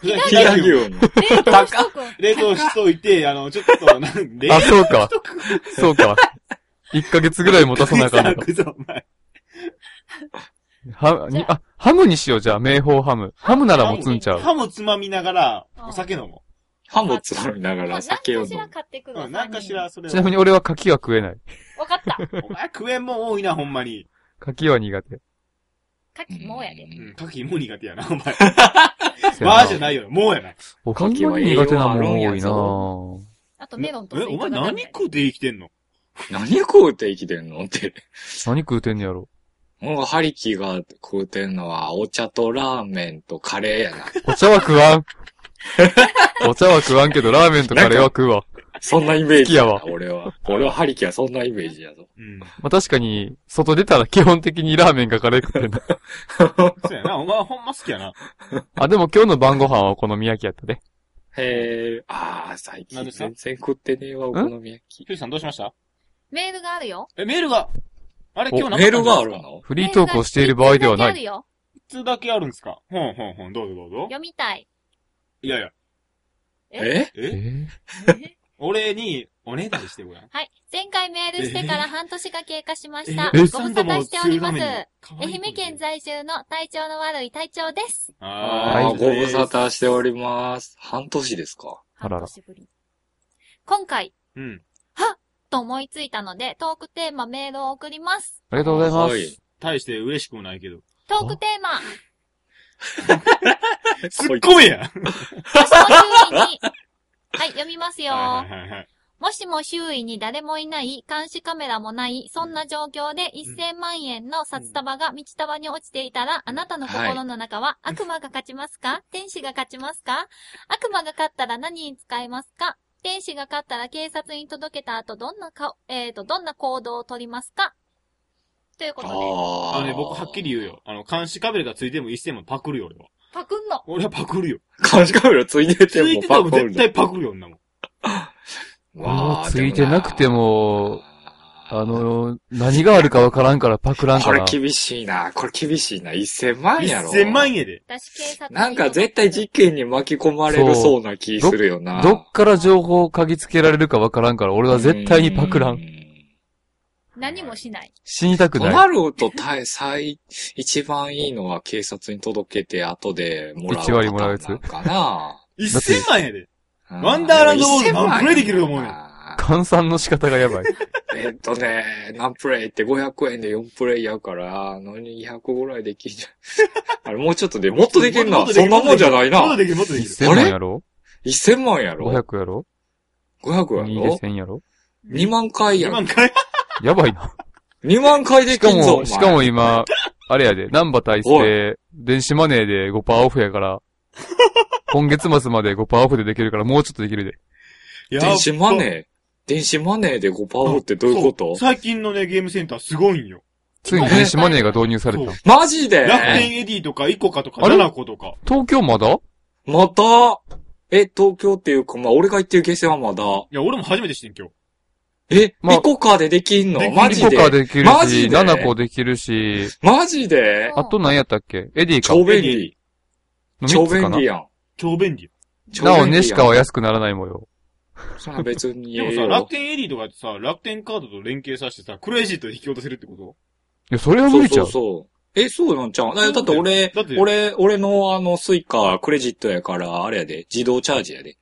Speaker 1: 冷
Speaker 3: 飛騨牛 の。
Speaker 4: 冷凍しとくん。
Speaker 1: 冷凍しといて、あの、ちょっと、なんで、
Speaker 2: あ、そうか。そうか。1ヶ月ぐらい持たさなあかんのか。
Speaker 1: くぞ、お前。
Speaker 2: は、
Speaker 4: じゃ
Speaker 2: に、あ、ハムにしよう、じゃあ、名宝ハム。ハムなら持つんちゃう。
Speaker 1: 歯もつまみながら、
Speaker 4: うん
Speaker 1: お酒飲も
Speaker 3: ハムつまみなが
Speaker 4: まあ
Speaker 3: ら酒を飲
Speaker 4: 何かしら
Speaker 3: む。
Speaker 4: 買ってく
Speaker 1: う。
Speaker 4: るわ
Speaker 1: うん、なんかしら、。それを
Speaker 2: ちなみに俺は柿は食えない。
Speaker 4: わかった。
Speaker 1: お前食えんもん多いな、ほんまに。
Speaker 2: 柿は苦手。
Speaker 4: かきもうやで。
Speaker 1: うん、牡蠣も苦手やな、お前。
Speaker 2: せや
Speaker 1: まあじゃないよ、もうやな。
Speaker 2: おかきは苦手なもん多いなぁ。
Speaker 4: あとメロンと
Speaker 1: え、お前何食
Speaker 4: う
Speaker 1: うて生きてんの
Speaker 3: 何食うて生きてんのって。
Speaker 2: 何食うてんねやろ。
Speaker 3: もうハリキが食うてんのはお茶とラーメンとカレーやな。
Speaker 2: お茶は食わん。 お茶は食わんけど、ラーメンとカレーは食うわ。
Speaker 3: そんなイメージだ
Speaker 2: 好き
Speaker 3: な
Speaker 2: や。
Speaker 3: 俺は。俺はハリキはそんなイメージやぞ。
Speaker 1: うん。
Speaker 2: まあ、確かに、外出たら基本的にラーメンかカレー食ってんだ。
Speaker 1: そうやな、お前ほんま好きやな。
Speaker 2: あ、でも今日の晩ご飯はお好み焼きやったね。
Speaker 3: へえ。ああ、最近
Speaker 1: 何ですか
Speaker 3: 全然食ってねえわ、お好み焼き。
Speaker 1: ひゅうさんどうしました
Speaker 4: メールがあるよ。
Speaker 1: え、メールが。あれ、
Speaker 2: お
Speaker 1: 今日なかったんで
Speaker 3: メ
Speaker 1: す
Speaker 3: ー
Speaker 1: か
Speaker 3: ルがあるの
Speaker 2: フリートークをしている場合ではな
Speaker 4: メ
Speaker 2: い。
Speaker 4: ールが一通だけあるよ
Speaker 1: いつだけあるんですかほんほんほん、どうぞどうぞ。
Speaker 4: 読み たい。
Speaker 1: いやいや、
Speaker 3: え
Speaker 1: え
Speaker 2: え
Speaker 1: 俺に、おねだりしてごらん。
Speaker 4: はい。前回メールしてから半年が経過しました。
Speaker 2: え
Speaker 4: ご
Speaker 2: え
Speaker 4: 無沙汰しております。愛
Speaker 1: 愛
Speaker 4: 媛県在住の体調の悪い隊長です。
Speaker 1: あ
Speaker 3: ああ、
Speaker 1: ー
Speaker 3: ご無沙。汰しております。半年ですか。
Speaker 2: あらら
Speaker 4: 半年ぶり。今回、
Speaker 1: うん。
Speaker 4: と思いついたので、トークテーマメールを送ります。
Speaker 2: ありがとうございま
Speaker 3: はい
Speaker 2: す。
Speaker 1: 大して嬉しくもないけど。
Speaker 4: トークテ ーマ、
Speaker 1: すっごいや
Speaker 4: もしも周囲に、はい、読みますよ。
Speaker 1: はいはいはい。
Speaker 4: もしも周囲に誰もいない、監視カメラもない、そんな状況で1000万円の札束が道束に落ちていたら、あなたの心の中は、悪魔が勝ちます か天使が勝ちますか悪魔が勝ったら何に使いますか天使が勝ったら警察に届けた後、どんな顔、えーと、どんな行動を取りますかということで、
Speaker 3: あ
Speaker 1: あのね、僕はっきり言うよ。。あの、監視カメラがついても一銭もパクるよ、俺は。
Speaker 4: パクンの
Speaker 1: 俺はパクるよ。
Speaker 3: 監視カメラついて
Speaker 1: つ
Speaker 3: て
Speaker 1: い
Speaker 3: も
Speaker 1: てたらもう
Speaker 3: コる
Speaker 1: 絶対パクるよ、女もん。
Speaker 2: もうついてなくて、も、
Speaker 3: あ
Speaker 2: あ
Speaker 3: でもな
Speaker 2: の、何があるかわからんからパクらん
Speaker 3: こ
Speaker 2: か
Speaker 3: れ
Speaker 2: ら。
Speaker 3: 厳しいな。これ厳しいな。1000万やろ。
Speaker 1: 1000万円で。
Speaker 4: 私警察に
Speaker 3: なんか絶対事件に巻き込まれるそうな気するよな。
Speaker 2: どっから情報を嗅ぎつけられるかわからんから、俺は絶対にパクら。
Speaker 3: うんん。
Speaker 4: 何もしない。
Speaker 2: 死にたく
Speaker 3: と
Speaker 2: ない。
Speaker 3: なると、大最、一番いいのは警察に届けて後でもらう。
Speaker 2: 一割もらうやつ
Speaker 3: なんかな。
Speaker 2: って
Speaker 1: 1000万円で。
Speaker 3: うん
Speaker 1: ワンダーランドボール何プレイできると思うよ
Speaker 3: 1000万円やな
Speaker 2: 換算の仕方がやばい。
Speaker 3: えっとね、何プレイって500円で4プレイやから、何200ぐらいできんじ ゃん。あれ、もうちょっとで、もっとできん
Speaker 1: も
Speaker 3: な。
Speaker 1: っとで
Speaker 3: そ
Speaker 1: き
Speaker 3: ん
Speaker 1: る
Speaker 3: なもんじゃない
Speaker 1: もっと
Speaker 3: な。
Speaker 1: できる、もっとできる。
Speaker 2: 1000万やろ
Speaker 3: 1000万やろ
Speaker 2: ?500 やろ
Speaker 3: ?500 や
Speaker 2: ?2 で
Speaker 3: ろ
Speaker 2: 1000やろ
Speaker 3: ?2 万回や
Speaker 1: 今
Speaker 3: ん。
Speaker 1: んかい
Speaker 2: やばいな。
Speaker 3: 2万回で
Speaker 2: しか
Speaker 3: きんぞ、お
Speaker 2: も、
Speaker 3: 前
Speaker 2: しかも今、あれやで、ナンバ大勢、電子マネーで5%オフや から、今月末まで5%オフでできるから、もうちょっとできるで。
Speaker 1: やっぱ
Speaker 3: 電子マネー電子マネーで5%オフってどういうこ
Speaker 1: そ
Speaker 3: と
Speaker 1: 最近のね、ゲームセンターすごいんよ。
Speaker 2: ついに電子マネーが導入され
Speaker 1: そ
Speaker 2: た
Speaker 1: う。
Speaker 3: マジで
Speaker 1: 楽天エディとか、イコカとか、
Speaker 2: あれ
Speaker 1: ナナコとか。
Speaker 2: 東京まだ
Speaker 3: また、え、東京っていうか、まあ、俺が言ってるゲーセンはまだ。
Speaker 1: いや、俺も初めてしてん、今日。
Speaker 3: え、
Speaker 2: まあ
Speaker 3: リコカーでできんの
Speaker 1: できる
Speaker 3: マ
Speaker 2: リ
Speaker 3: ジ
Speaker 2: コ
Speaker 3: で
Speaker 2: カできる
Speaker 3: マジ
Speaker 2: し、
Speaker 3: で
Speaker 2: ナナコできるし、
Speaker 3: マジで
Speaker 2: あと何やったっけエディか
Speaker 3: 超。便利。
Speaker 2: の
Speaker 3: 超
Speaker 2: 3つ
Speaker 3: 便
Speaker 2: かな
Speaker 3: 利。やん。
Speaker 1: 超便利。
Speaker 3: 超
Speaker 2: なお、
Speaker 3: 便利やん
Speaker 2: ネシカは安くならない模様。
Speaker 3: そんな別に
Speaker 1: で
Speaker 3: え
Speaker 1: も
Speaker 3: え
Speaker 1: さ、
Speaker 3: よ
Speaker 1: 楽。天エディとかってさ、楽天カードと連携させてさ、クレジットで引き落とせるってこと
Speaker 2: いや、それは無
Speaker 3: そう
Speaker 2: 理ち
Speaker 3: そ
Speaker 2: ゃう
Speaker 3: う。そう。え、そうなんちゃうだだって俺
Speaker 1: だって、
Speaker 3: 俺、俺のあの、スイカ、クレジットやから、あれやで、自動チャージやで。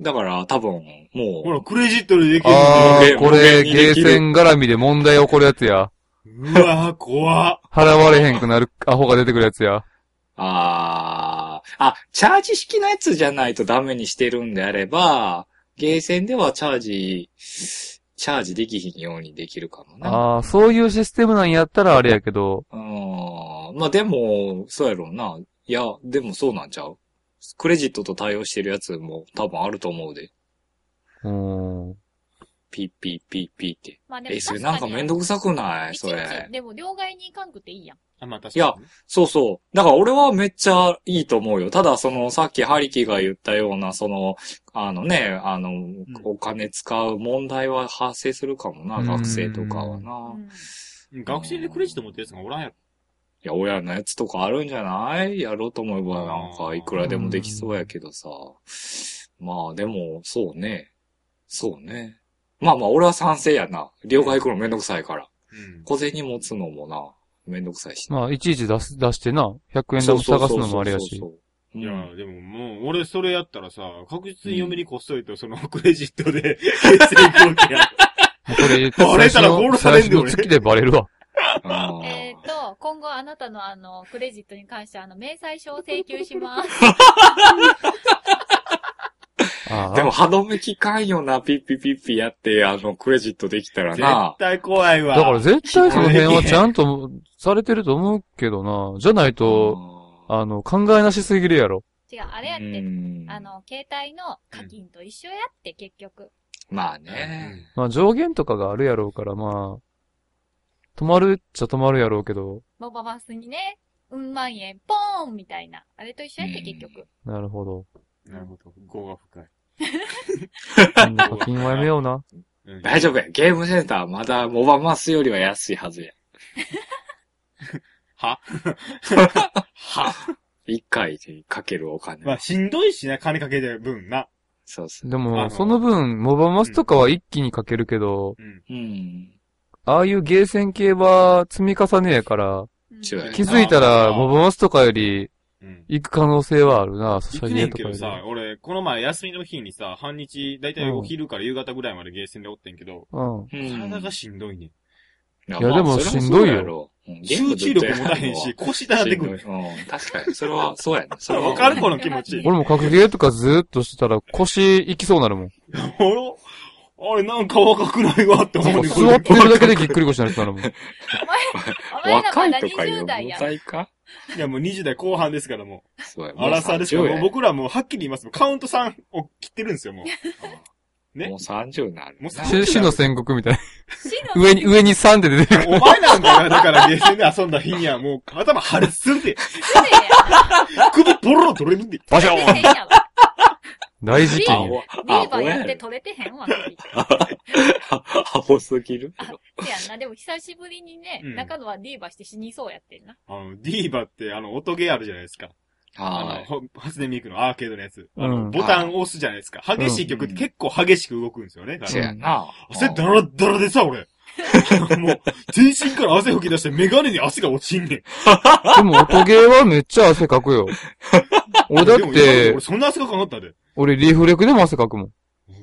Speaker 3: だから、多分、
Speaker 1: ほ
Speaker 3: も
Speaker 1: ら、クレジットでできるん
Speaker 2: あ
Speaker 1: だ
Speaker 3: ゲ
Speaker 1: よ
Speaker 3: ー
Speaker 2: ー、
Speaker 3: ム
Speaker 2: これ、
Speaker 3: 無限にで
Speaker 2: ゲ
Speaker 3: き
Speaker 2: ー
Speaker 3: る
Speaker 2: セン絡みで問題起こるやつや。
Speaker 1: うわぁ、怖っ。
Speaker 2: 払われへんくなるアホが出てくるやつや。
Speaker 3: う、あー、あ、チャージ式のやつじゃないとダメにしてるんであれば、ゲーセンではチャージ、チャージできひんようにできるかもな。
Speaker 2: ああ、そういうシステムなんやったらあれやけど、
Speaker 3: あーまあでも、そうやろうな。いや、でもそうなんちゃうクレジットと対応してるやつも多分あると思うで。
Speaker 2: うーん。
Speaker 3: ピッピッピッピッって。
Speaker 4: まあでも
Speaker 3: え、それ
Speaker 4: 確
Speaker 3: なん
Speaker 4: か
Speaker 3: か
Speaker 4: に
Speaker 3: めんどくさくない
Speaker 4: 一
Speaker 3: それ
Speaker 4: 日、。でも両替に行かんくていいやん。
Speaker 1: あ、まあ確
Speaker 3: いや
Speaker 1: かにね。
Speaker 3: そうそう。だから俺はめっちゃいいと思うよ。ただその、さっきハリキが言ったような、その、あのね、あの、お金使う問題は発生するかもな、
Speaker 2: うん
Speaker 3: 学生とかはな。
Speaker 4: うん
Speaker 1: うん学生でクレジット持ってるやつがおらんやろ。
Speaker 3: いや、親のやつとかあるんじゃないやろうと思えばなんか、いくらでもできそうやけどさ。まあ、でも、そうね。そうね。まあまあ、俺は賛成やな。両替行くのめんどくさいから。
Speaker 1: うん。
Speaker 3: 小銭持つのもな、めんどくさいしな。
Speaker 2: まあ、いちいち出す、出してな、100円玉
Speaker 3: そうそうそう
Speaker 2: 探
Speaker 3: そ
Speaker 2: す
Speaker 3: う
Speaker 2: のもあれや し。。
Speaker 3: う
Speaker 1: い
Speaker 3: ん
Speaker 1: や、でももう、俺それやったらさ、確実に嫁にこっそりと、その、クレジットで、決済行けや。
Speaker 2: もうこれ、
Speaker 1: バレたらゴールされんで
Speaker 2: 最初の月でバレるわ。
Speaker 3: あー
Speaker 4: えっ、と、今後あなたのあの、クレジットに関してあの、明細書を請求します。
Speaker 2: あ
Speaker 3: でも、歯止め機関よな、ピッピッピッピやって、あの、クレジットできたら
Speaker 1: 絶
Speaker 3: な。
Speaker 1: 対怖い
Speaker 2: あ、
Speaker 1: わ。
Speaker 2: だから絶対その辺はちゃんとされてると思うけどな。じゃないと、あの、考えなしすぎるやろ。
Speaker 4: 違う、あ
Speaker 3: あ
Speaker 4: れやって、あ
Speaker 3: あ、
Speaker 4: の、携帯の課金と一緒やって、結局。
Speaker 3: まあ
Speaker 1: うん
Speaker 3: ね。
Speaker 2: まあ、上限とかがあるやろうから、まあ、止まるっちゃ止まるやろうけど。
Speaker 4: モババスにね、うん万円、ポーンみたいな。あれと一緒やって、
Speaker 3: うん
Speaker 4: 結局。
Speaker 2: なるほど。
Speaker 1: なるほど。語が深い。
Speaker 2: みんな課金はやめような。
Speaker 1: うん
Speaker 3: 大丈夫や。ゲームセンターはまだモバマスよりは安いはずや。
Speaker 1: は は
Speaker 3: 一回でかけるお金。
Speaker 1: まあ、しんどいしな、金かけてる分な。
Speaker 3: そうそう。
Speaker 2: で
Speaker 1: あ
Speaker 2: も、
Speaker 1: の
Speaker 2: その分、モバマスとかは一気にかけるけど、
Speaker 1: うん。
Speaker 3: うん。
Speaker 2: ああいうゲーセン系は積み重ねやから、
Speaker 4: うん
Speaker 3: 違う
Speaker 2: 気づいた
Speaker 1: あ
Speaker 2: ら、
Speaker 1: ー
Speaker 2: モバマスとかより
Speaker 1: うん。
Speaker 2: 行く可能性はあるな、ソシ
Speaker 1: 行
Speaker 2: ャ
Speaker 1: く
Speaker 2: ゲ
Speaker 1: ね
Speaker 2: ー
Speaker 1: ん
Speaker 2: と
Speaker 1: け
Speaker 2: かよ
Speaker 1: ど
Speaker 2: り。
Speaker 1: さ、俺、この前休みの日にさ、半日、だいたいお昼から夕方ぐらいまでゲーセンでおってんけど、
Speaker 2: うん。
Speaker 3: うん
Speaker 1: 体がしんどいねん。
Speaker 3: いや
Speaker 2: いやでもしんどいよ。
Speaker 1: 集中力持たへん し、腰だ
Speaker 3: だ
Speaker 1: ってくる。
Speaker 3: うん、確かに。それは、そう やね。それは
Speaker 1: わかるこの気持ち。
Speaker 2: 俺も格ゲーとかずーっとしてたら腰行きそうなるもん。
Speaker 1: あれあれ、なんか若くないわって思
Speaker 2: な
Speaker 1: うんね
Speaker 2: か
Speaker 1: ん
Speaker 2: 座ってるだけでぎっくり腰になる人なるもん。
Speaker 4: お前ら
Speaker 3: 若
Speaker 4: ま
Speaker 3: い
Speaker 4: だ
Speaker 3: とかいう
Speaker 4: 20代や
Speaker 3: 問
Speaker 4: ん。
Speaker 3: 題か
Speaker 1: いや、もう20代後半ですから、も
Speaker 3: そうや。
Speaker 1: う。荒さですから、もう
Speaker 3: もう
Speaker 1: 僕らもうはっきり言います。カウント3を切ってるんですよ、もう。
Speaker 3: 30
Speaker 1: ね
Speaker 3: やもう30になる。
Speaker 1: もう30
Speaker 2: 死死の宣告みたいな。
Speaker 4: 死の
Speaker 2: 上に、上に3で出てくる。
Speaker 1: お前なんだよ、だからゲーセンで遊んだ日にはもう頭破裂すんで、
Speaker 4: せ
Speaker 1: 首ポロロ取れるんで。
Speaker 2: バシャ
Speaker 4: い
Speaker 2: ー
Speaker 4: や。取れ
Speaker 2: ン
Speaker 4: てへん やわ。
Speaker 2: 大事件や。
Speaker 4: ビ
Speaker 3: あ
Speaker 4: ー、バ
Speaker 3: お
Speaker 4: ーやっ
Speaker 3: や
Speaker 4: て
Speaker 3: る。
Speaker 4: 取れてへんわ。首
Speaker 3: ア ホすぎるけど。
Speaker 4: せやんな。でも久しぶりにね、
Speaker 1: うん
Speaker 4: 中野はディーバして死にそうやってんな。
Speaker 1: あの、ディーバって、あの、音ゲーあるじゃないですか。あ
Speaker 3: は
Speaker 1: の、ほ初音ミクのアーケードのやつ。あ
Speaker 2: う
Speaker 1: の、
Speaker 2: ん
Speaker 1: ボタンを押すじゃないですか。激しい曲って結構激しく動くんですよね。
Speaker 3: い。
Speaker 1: あ
Speaker 3: そ
Speaker 1: の
Speaker 3: やな。
Speaker 1: 汗だらだらでさ、俺。 もう、全身から汗吹き出してメガネに汗が落ちんねん。
Speaker 2: でも音ゲーはめっちゃ 汗かくよ。俺だっ
Speaker 1: でも今まで
Speaker 2: て
Speaker 1: 俺、そんな汗かかなかったで。
Speaker 2: 俺リフレクでも汗かくもん。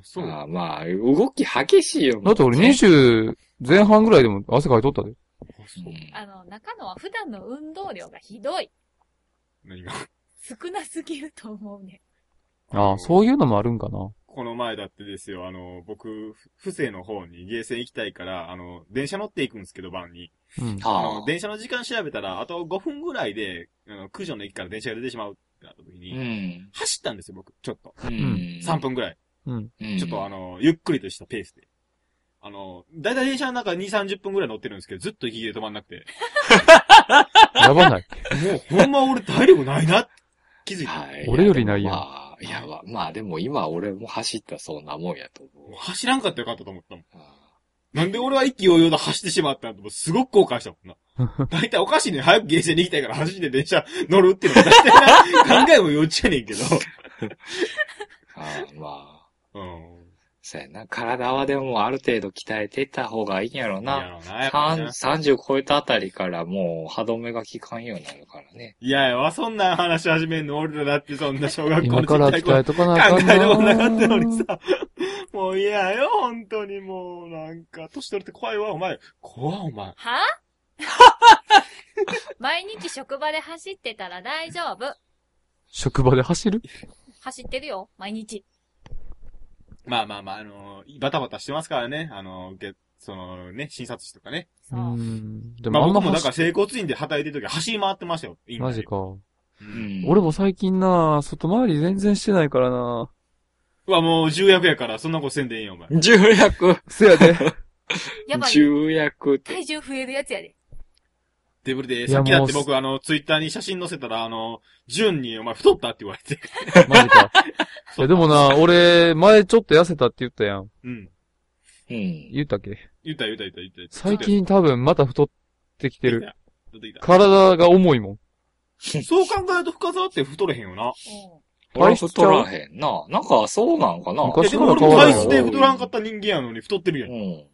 Speaker 1: そう。
Speaker 3: あーまあ、動き激しいよ。
Speaker 2: だって俺
Speaker 3: ね
Speaker 2: 20前半ぐらいでも汗かいとったで。
Speaker 1: あ
Speaker 3: う
Speaker 1: そうん
Speaker 4: あの、中野は普段の運動量がひどい。
Speaker 1: 何が
Speaker 4: 少なすぎると思うね。
Speaker 2: ああ、そういうのもあるんかな。
Speaker 1: この前だってですよ、あの、僕、不正の方にゲーセン行きたいから、あの、電車乗っていくんですけど、晩に。
Speaker 2: うん。
Speaker 1: あ
Speaker 3: は
Speaker 1: の、電車の時間調べたら、あと5分ぐらいで、あの、九条の駅から電車が出てしまうってなった時に、
Speaker 3: うん。
Speaker 1: 走ったんですよ、僕、ちょっと。
Speaker 3: うん。
Speaker 1: 3分ぐらい。
Speaker 2: うん。
Speaker 3: うん。
Speaker 1: ちょっとあの、ゆっくりとしたペースで。あの、だいたい電車の中2、30分ぐらい乗ってるんですけど、ずっと息切れ止まんなく て。
Speaker 2: やばない。
Speaker 1: もう、ほんま俺体力ないなって気づいた。
Speaker 3: はい。
Speaker 2: 俺よりないやん
Speaker 3: まあ、いや、まあでも今俺も走ったらそんなもんやと思
Speaker 1: も
Speaker 3: う
Speaker 1: う。走らんかったらよかったと思ったもん。
Speaker 3: あ
Speaker 1: なんで俺は一気揚々と走ってしまったのと、すごく後悔したもんな。 大体おかしいね。早くゲーセンに行きたいから走って電車乗るっていうのは大体な考えも幼稚やねんけど。
Speaker 3: ーあー、まあ。
Speaker 1: うん。
Speaker 3: そうやな。体はでもある程度鍛えてった方がいいんや
Speaker 1: い
Speaker 3: ろ
Speaker 1: や
Speaker 3: な。
Speaker 1: ろな、やっぱ
Speaker 3: 三
Speaker 1: な
Speaker 3: 30超えたあたりからもう歯止めが効かんようになるからね。
Speaker 1: いやいやわ、そんな話始めんの俺らだってそんな小学校の
Speaker 2: 今から
Speaker 1: ちっちゃ
Speaker 2: 鍛
Speaker 1: い
Speaker 2: えとかなあ
Speaker 1: 頃考
Speaker 2: かん
Speaker 1: え
Speaker 2: な。
Speaker 1: でもなかったのにさ。もう嫌よ、本当にもう、なんか、年取るって怖いわ、お前。怖い、お前。
Speaker 4: は毎日職場で走ってたら大丈夫。
Speaker 2: 職場で走る
Speaker 4: 走ってるよ、毎日。
Speaker 1: まあまあまあ、あのバタバタしてますからね。あのげそのね、診察室とかね。
Speaker 4: そうう。
Speaker 2: ん。で
Speaker 1: ま
Speaker 2: も
Speaker 1: あ
Speaker 2: あんま
Speaker 1: 僕もだ
Speaker 2: 走
Speaker 1: から
Speaker 2: っ
Speaker 1: 整骨院で働いてる時は走り回ってましたよ。院内
Speaker 2: マ
Speaker 1: で
Speaker 2: ジ。か。
Speaker 3: うん。
Speaker 2: 俺も最近な、外回り全然してないから な。
Speaker 1: うわ、もう重役やから、そんなことせんでいいよ、お前。
Speaker 3: 重役
Speaker 2: せやで。
Speaker 4: やばい。
Speaker 3: 重役って。
Speaker 4: 体重増えるやつやで。
Speaker 1: デブリで、
Speaker 2: いや
Speaker 1: さっきだって
Speaker 2: もう
Speaker 1: 僕、あの、ツイッターに写真載せたら、あの、順に、お前太ったって言われて。
Speaker 2: マ ジか。いやでもな、俺、前ちょっと痩せたって言ったやん。
Speaker 1: うん。
Speaker 3: うん。
Speaker 2: 言ったっけ
Speaker 1: 言った言った言った言った言った。
Speaker 2: 最近多分また太ってきて
Speaker 1: 言っ
Speaker 2: る。
Speaker 1: た。出てきた。
Speaker 2: 体が重いもん。
Speaker 1: そう考えると深沢って太れへんよな。
Speaker 3: 俺太らへんな。なんかそうなんかな。
Speaker 1: え、
Speaker 2: 昔
Speaker 1: で
Speaker 2: から
Speaker 1: も俺
Speaker 2: 変
Speaker 1: も
Speaker 2: わらん
Speaker 1: 体質で太らんかった人間やのに太ってるやん
Speaker 3: う。ん。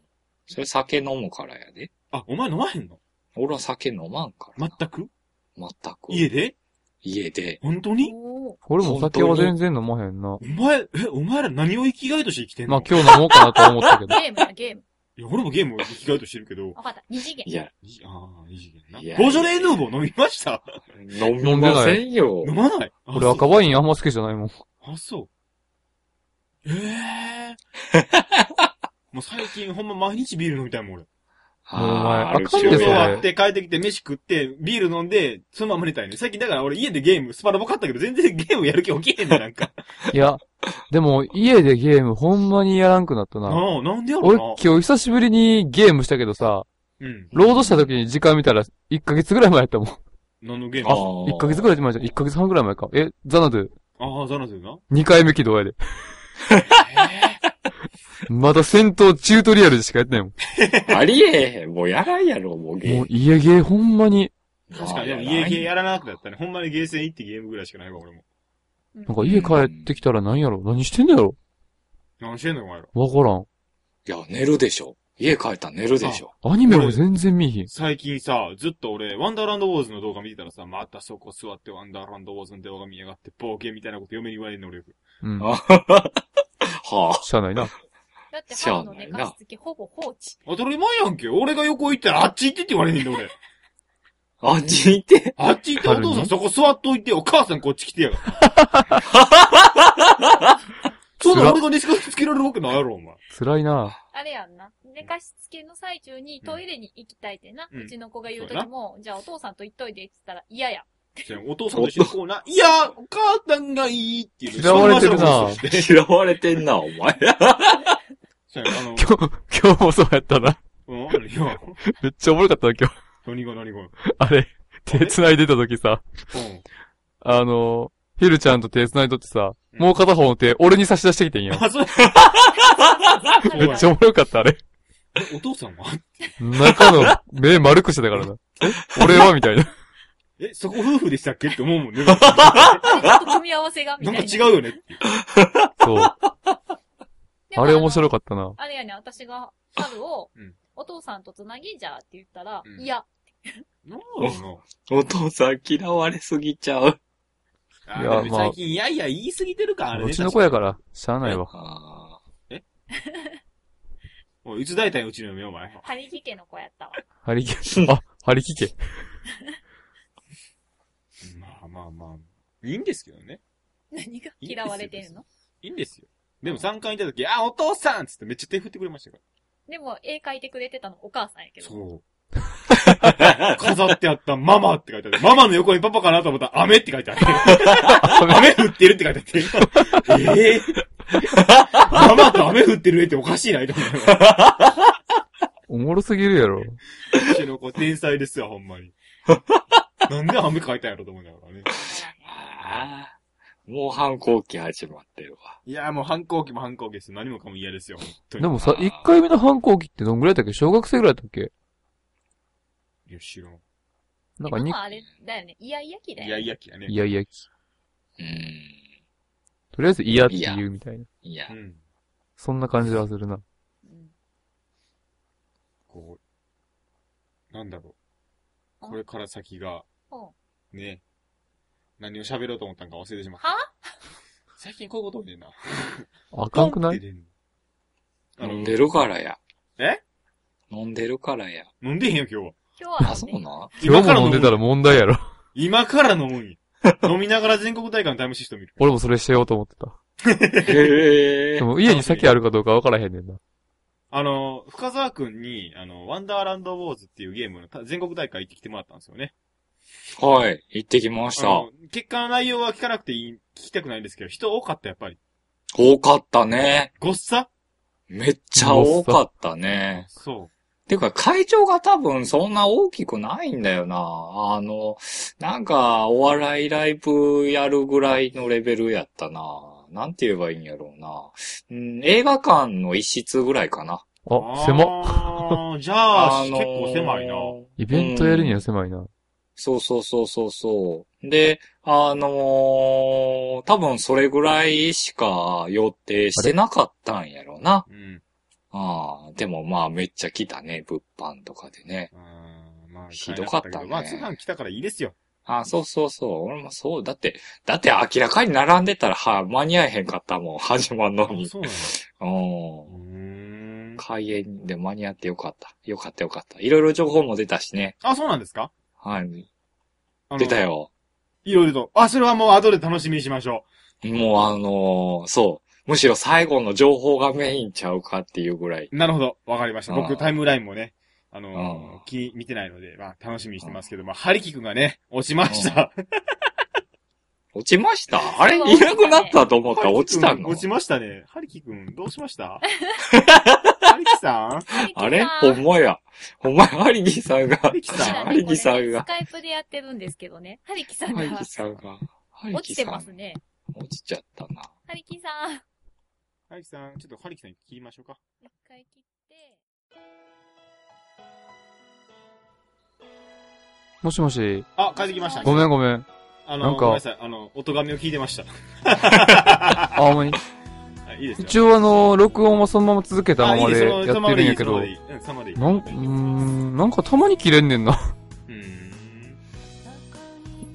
Speaker 3: それ酒飲むからやで。
Speaker 1: あ、お前飲まへんの
Speaker 3: 俺は酒飲まんからな。
Speaker 1: 全く
Speaker 3: 全く。
Speaker 1: 家で
Speaker 3: 家で。
Speaker 1: 本当
Speaker 4: お
Speaker 1: に
Speaker 4: お
Speaker 2: 俺も酒は全然飲まへんな
Speaker 1: お。前、え、お前ら何を生きがいとして生きてんの
Speaker 2: まあ今日飲もうかなとは思ったけど
Speaker 4: ー。。ゲームだ、ゲーム。
Speaker 1: いや、俺もゲームを生きがいとしてるけど。
Speaker 4: わかった。二次元。
Speaker 3: いや、
Speaker 1: いいああ、いい次
Speaker 3: い
Speaker 1: 元な。
Speaker 3: や
Speaker 1: ボジョレーヌーボー飲みました
Speaker 3: 飲みませんよ。
Speaker 1: 飲まない。あ
Speaker 2: 俺赤ワインあんま好きじゃないもん。
Speaker 1: あ、そう。え えもう最近ほんま毎日ビール飲みたいもん俺。
Speaker 3: あ
Speaker 2: も
Speaker 3: ー
Speaker 2: うお前あかん
Speaker 1: 仕
Speaker 2: で
Speaker 1: 事
Speaker 2: そ
Speaker 1: 終
Speaker 2: れ
Speaker 1: わって帰ってきて飯食ってビール飲んで、そのまま寝たいね。最近だから俺家でゲーム、スパラボ買ったけど全然ゲームやる気起きへんねんなんか。
Speaker 2: いや、でも家でゲームほんまにやらんくなったな。
Speaker 1: なあ、なんでやろ
Speaker 2: 俺
Speaker 1: うな。
Speaker 2: 今日久しぶりにゲームしたけどさ、
Speaker 1: うん。
Speaker 2: ロードした時に時間見たら1ヶ月ぐらい前やったもん。
Speaker 1: 何のゲーム
Speaker 3: あ
Speaker 1: あ
Speaker 2: 1ヶ月ぐらい前じゃん。1ヶ月半ぐらい前か。え、ザナドゥ、
Speaker 1: あー、ザナズな。
Speaker 2: 2回目起動やで。
Speaker 1: え
Speaker 2: まだ戦闘チュートリアルでしかやってないもん。
Speaker 3: ありえへん。もうやらんやろ、もうゲー
Speaker 2: もう
Speaker 3: ム。
Speaker 2: 家ゲーほんまに、
Speaker 1: ー確かに、でも家系やらなくなったね。ほんまにゲーセン行ってゲームぐらいしかないわ、俺も。
Speaker 4: うん
Speaker 2: なんか家帰ってきたら何やろ何してんのやろ
Speaker 1: 何してんのお前ら。
Speaker 2: わからん。
Speaker 3: いや、寝るでしょ。家帰ったら寝るでしょ。
Speaker 2: アニメも全然見えひん。
Speaker 1: 最近さ、ずっと俺、ワンダーランドウォーズの動画見てたらさ、またそこ座ってワンダーランドウォーズの動画見やがって、冒険みたいなこと嫁に言われんの俺よく。
Speaker 2: うん。
Speaker 3: あはあ。
Speaker 2: しゃあないな。
Speaker 4: だって、ハの寝かしつけほぼ放置。
Speaker 1: 当たり前やんけ。俺が横行ったらあっち行ってって言われんねんで俺。
Speaker 3: あっち 行って。
Speaker 1: あっち行ってお父さんそこ座っといて、お母さんこっち来てやがる。そうだ、俺が西川つけられるわけないやろ、お前。
Speaker 2: 辛いな。
Speaker 4: あれやんな。寝かしつけの最中にトイレに行きたいってな。
Speaker 1: うん
Speaker 4: うちの子が言うときも、じゃあお父さんと行っといてって言ったら嫌や。
Speaker 1: じゃあお父さんと一緒に行こうな。いや、お母さんがいいっていう。
Speaker 2: 嫌われてるな
Speaker 1: そん話をして
Speaker 3: 嫌われてんな、お前。
Speaker 1: そうやあの、
Speaker 2: 今日、 今日もそうやったな。
Speaker 1: うん、いや、
Speaker 2: めっちゃおもろかったな、今日。
Speaker 1: 何が何が。うん。
Speaker 2: あれ、手繋いでた時さ、あの、ヒルちゃんと手繋いとってさ、
Speaker 1: うん
Speaker 2: もう片方の手、俺に差し出してきてんやん。
Speaker 1: あ、そう
Speaker 2: めっちゃおもろかった、あれ。
Speaker 1: えお父さんは
Speaker 2: 中の目丸くしてたからな。え俺はみたいな。
Speaker 1: え、そこ夫婦でしたっけって思うもん ね。
Speaker 4: ちょっと組み合わせがみ
Speaker 1: な
Speaker 4: た
Speaker 1: ん
Speaker 4: い
Speaker 1: か
Speaker 4: な。
Speaker 1: 違うよね。
Speaker 2: そう。あれ面
Speaker 4: い。
Speaker 2: 白かったな。
Speaker 4: あれやね、私が春を
Speaker 1: うん、
Speaker 4: お父さんとつなぎじゃあって言ったら、
Speaker 1: うん
Speaker 4: いや、
Speaker 1: なんだろ
Speaker 3: お父さん嫌われすぎちゃう。
Speaker 1: うな。
Speaker 2: いや
Speaker 1: あでも最近、いやいや言い過ぎてるか、あれね。
Speaker 2: うちの子やから、しゃあないわ。
Speaker 3: あ
Speaker 1: おいいつ大体うちの嫁お前。
Speaker 4: ハリキ家の子やったわ。
Speaker 2: 張り切、あ、張り切け。
Speaker 1: まあまあまあ。いいんですけどね。
Speaker 4: 何が嫌われてるの
Speaker 1: いいんですよ。でも3回いた時、あ、お父さんっつってめっちゃ手振ってくれましたか
Speaker 4: でも、絵描いてくれてたのお母さんやけ
Speaker 1: ら。
Speaker 4: ど。
Speaker 1: そう。 飾ってあったママって書いてある。ママの横にパパかなと思ったら、雨って書いてある。雨降ってるって書いてある。ええママと雨降ってる絵っておかしいな、と思う。
Speaker 2: おもろすぎるやろ。
Speaker 1: うちの子天才ですよ、ほんまに。なんで雨書いたんやろと思いながらね。
Speaker 3: ああ、もう反抗期始まってるわ。
Speaker 1: いや、もう反抗期も反抗期です。何もかも嫌ですよ、本当に。
Speaker 2: でもさ、
Speaker 3: あー
Speaker 2: 1回目の反抗期ってどんぐらいだったっけ小学生ぐらいだったっけ
Speaker 1: いや、知らん。
Speaker 2: なんか
Speaker 4: 今
Speaker 2: に
Speaker 4: は、あれだよね。イヤイヤ期だ
Speaker 1: いや
Speaker 4: よね。
Speaker 1: いやきやね。
Speaker 2: いやいや期、
Speaker 3: うーん。
Speaker 2: とりあえず嫌って言うみたいな。
Speaker 3: いや
Speaker 1: う、ん。
Speaker 2: そんな感じはするな。
Speaker 4: うん
Speaker 1: こう、なんだろう。これから先が、
Speaker 4: ほ
Speaker 1: ね、何を喋ろうと思ったんか忘れてしまっ
Speaker 4: うは
Speaker 1: た。最近こういうこと多いねんな。
Speaker 2: あかんくない
Speaker 1: 出てんの
Speaker 3: 飲んでるからや。
Speaker 1: え
Speaker 3: 飲んでるからや。
Speaker 1: 飲んでへんよ、今日は。
Speaker 4: 今日は、ね、
Speaker 3: あ、そうな
Speaker 2: 今日も飲んでた
Speaker 1: ら
Speaker 2: ら問題やろ。
Speaker 1: 今から飲むんや。飲みながら全国大会のタイムシフト見る。
Speaker 2: 俺もそれしてようと思ってた。
Speaker 3: へえ
Speaker 2: で。も家に酒あるかどうかわからへんねんな。
Speaker 1: あの、深沢くんに、あの、ワンダーランドウォーズっていうゲームのた全国大会行ってきてもらったんですよね。
Speaker 3: はい、行ってきまし
Speaker 1: あ
Speaker 3: た。
Speaker 1: の結果の内容は聞かなくていい、聞きたくないんですけど、人多かった、やっぱり。
Speaker 3: 多かったね。
Speaker 1: ごっさ
Speaker 3: めっちゃ多かったね。
Speaker 1: そ
Speaker 3: てか、会場が多分そんな大きくないんだよな。あの、なんか、お笑いライブやるぐらいのレベルやったな。なんて言えばいいんやろうな。うん、映画館の一室ぐらいかな。
Speaker 1: う。
Speaker 2: あ、狭っ。
Speaker 1: っ。じゃあ、
Speaker 3: の
Speaker 1: 結構狭いな。
Speaker 2: イベントやるには狭いな。
Speaker 3: そうそうそうそうそう。で、あのー多分それぐらいしか予定してなかったんやろうな。
Speaker 1: うん。
Speaker 3: ああ、でもまあめっちゃ来たね、物販とかでね。
Speaker 1: あーまあ、
Speaker 3: ひどかった
Speaker 1: 買え
Speaker 3: ね
Speaker 1: なけどまあ、通販来たからいいですよ。
Speaker 3: ああ、そうそうそう。俺もそう。だって、だって明らかに並んでたら、は、間に合えへんかったもん、 始まんのに。
Speaker 1: そうな
Speaker 3: う
Speaker 1: の
Speaker 3: ん。
Speaker 1: うーん。
Speaker 3: 開演で間に合ってよかった。よかったよかった。いろいろ情報も出たしね。
Speaker 1: あ、そうなんですか
Speaker 3: はい。
Speaker 1: あの
Speaker 3: 出た。よ。
Speaker 1: いろいろと。あ、それはもう後で楽しみにしましょ
Speaker 3: もうあのーそう。むしろ最後の情報がメインちゃうかっていうぐらい。
Speaker 1: う。なるほど。わかりました。
Speaker 3: あ
Speaker 1: 僕、
Speaker 3: ー
Speaker 1: タイムラインもね、あの
Speaker 3: あー
Speaker 1: ー、気、見てないので、まあ、楽しみにしてますけど、まあ、ハリキ君がね、落ちました。
Speaker 3: 落ちましたあれ
Speaker 4: そう
Speaker 3: いなくなったと思ったら落ちた
Speaker 1: ハリキ
Speaker 3: の
Speaker 1: 君落ちましたね。ハリキ君、どうしました ハリキさん
Speaker 3: あれほんまや。ほんまや、ハリギさんが、
Speaker 1: ハリキ
Speaker 4: こち ら
Speaker 1: さ
Speaker 4: ね
Speaker 1: ん
Speaker 3: ハリキさんが
Speaker 4: これねスカイプでやってるんですけどね。ハリキさん
Speaker 3: ハリ
Speaker 4: が
Speaker 3: キさんが、ハリ
Speaker 4: 落
Speaker 3: キ
Speaker 4: ち
Speaker 3: さ
Speaker 4: て
Speaker 3: んが
Speaker 4: ますね。
Speaker 3: 落ちちゃったな。
Speaker 4: ハリキさん、一
Speaker 1: ハリキさん、ちょっとハリキさんに聞きましょうか。
Speaker 4: 回切って。
Speaker 2: もしもし。
Speaker 1: あ、帰ってきましたね。
Speaker 2: ごめんごめん。
Speaker 1: あ
Speaker 2: な
Speaker 1: の、
Speaker 2: ん
Speaker 1: ご
Speaker 2: か
Speaker 1: めんなさい。あの、音髪を聞いてました。
Speaker 2: あ、ほんまに。
Speaker 1: はいいいですよ。
Speaker 2: 一応あの、録音はそのまま続けた
Speaker 1: あ
Speaker 2: ま
Speaker 1: いい
Speaker 2: ま
Speaker 1: で
Speaker 2: ですやってるんやけど。
Speaker 1: いいですそのままでいいうん、そ
Speaker 2: な
Speaker 1: の
Speaker 2: ん、
Speaker 1: まま
Speaker 2: うー
Speaker 1: でいい。
Speaker 2: ん、なんかたまに切れんねんな。
Speaker 1: うーん。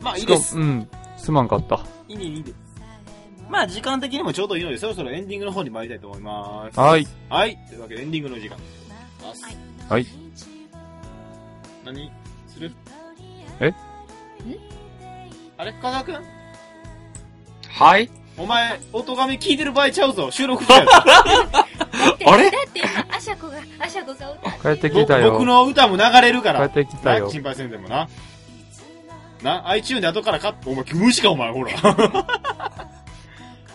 Speaker 1: まあいい
Speaker 2: しか
Speaker 1: で
Speaker 2: も、
Speaker 1: す。
Speaker 2: うん。すまんかった。
Speaker 1: いいね、いいです。まあ時間的にもちょうどいいので、そろそろエンディングの方に参りたいと思います。
Speaker 2: はい。
Speaker 1: はい。というわけでエンディングの時間。
Speaker 2: はい。
Speaker 1: 何する
Speaker 2: え
Speaker 1: んあれ深澤くん
Speaker 3: はい
Speaker 1: お前、音髪聞いてる場合ちゃうぞ。収録中 やぞ
Speaker 3: あれ
Speaker 4: だって、アシャコが、アシャコが歌って
Speaker 2: 帰ってき
Speaker 1: 僕
Speaker 2: たよ。
Speaker 1: 僕の歌も流れるか
Speaker 2: 帰
Speaker 1: ら
Speaker 2: っ。てきた
Speaker 1: な
Speaker 2: よ。
Speaker 1: 心配せんでもな。な、iTune で後からカット。お前、無視か、お前、ほら。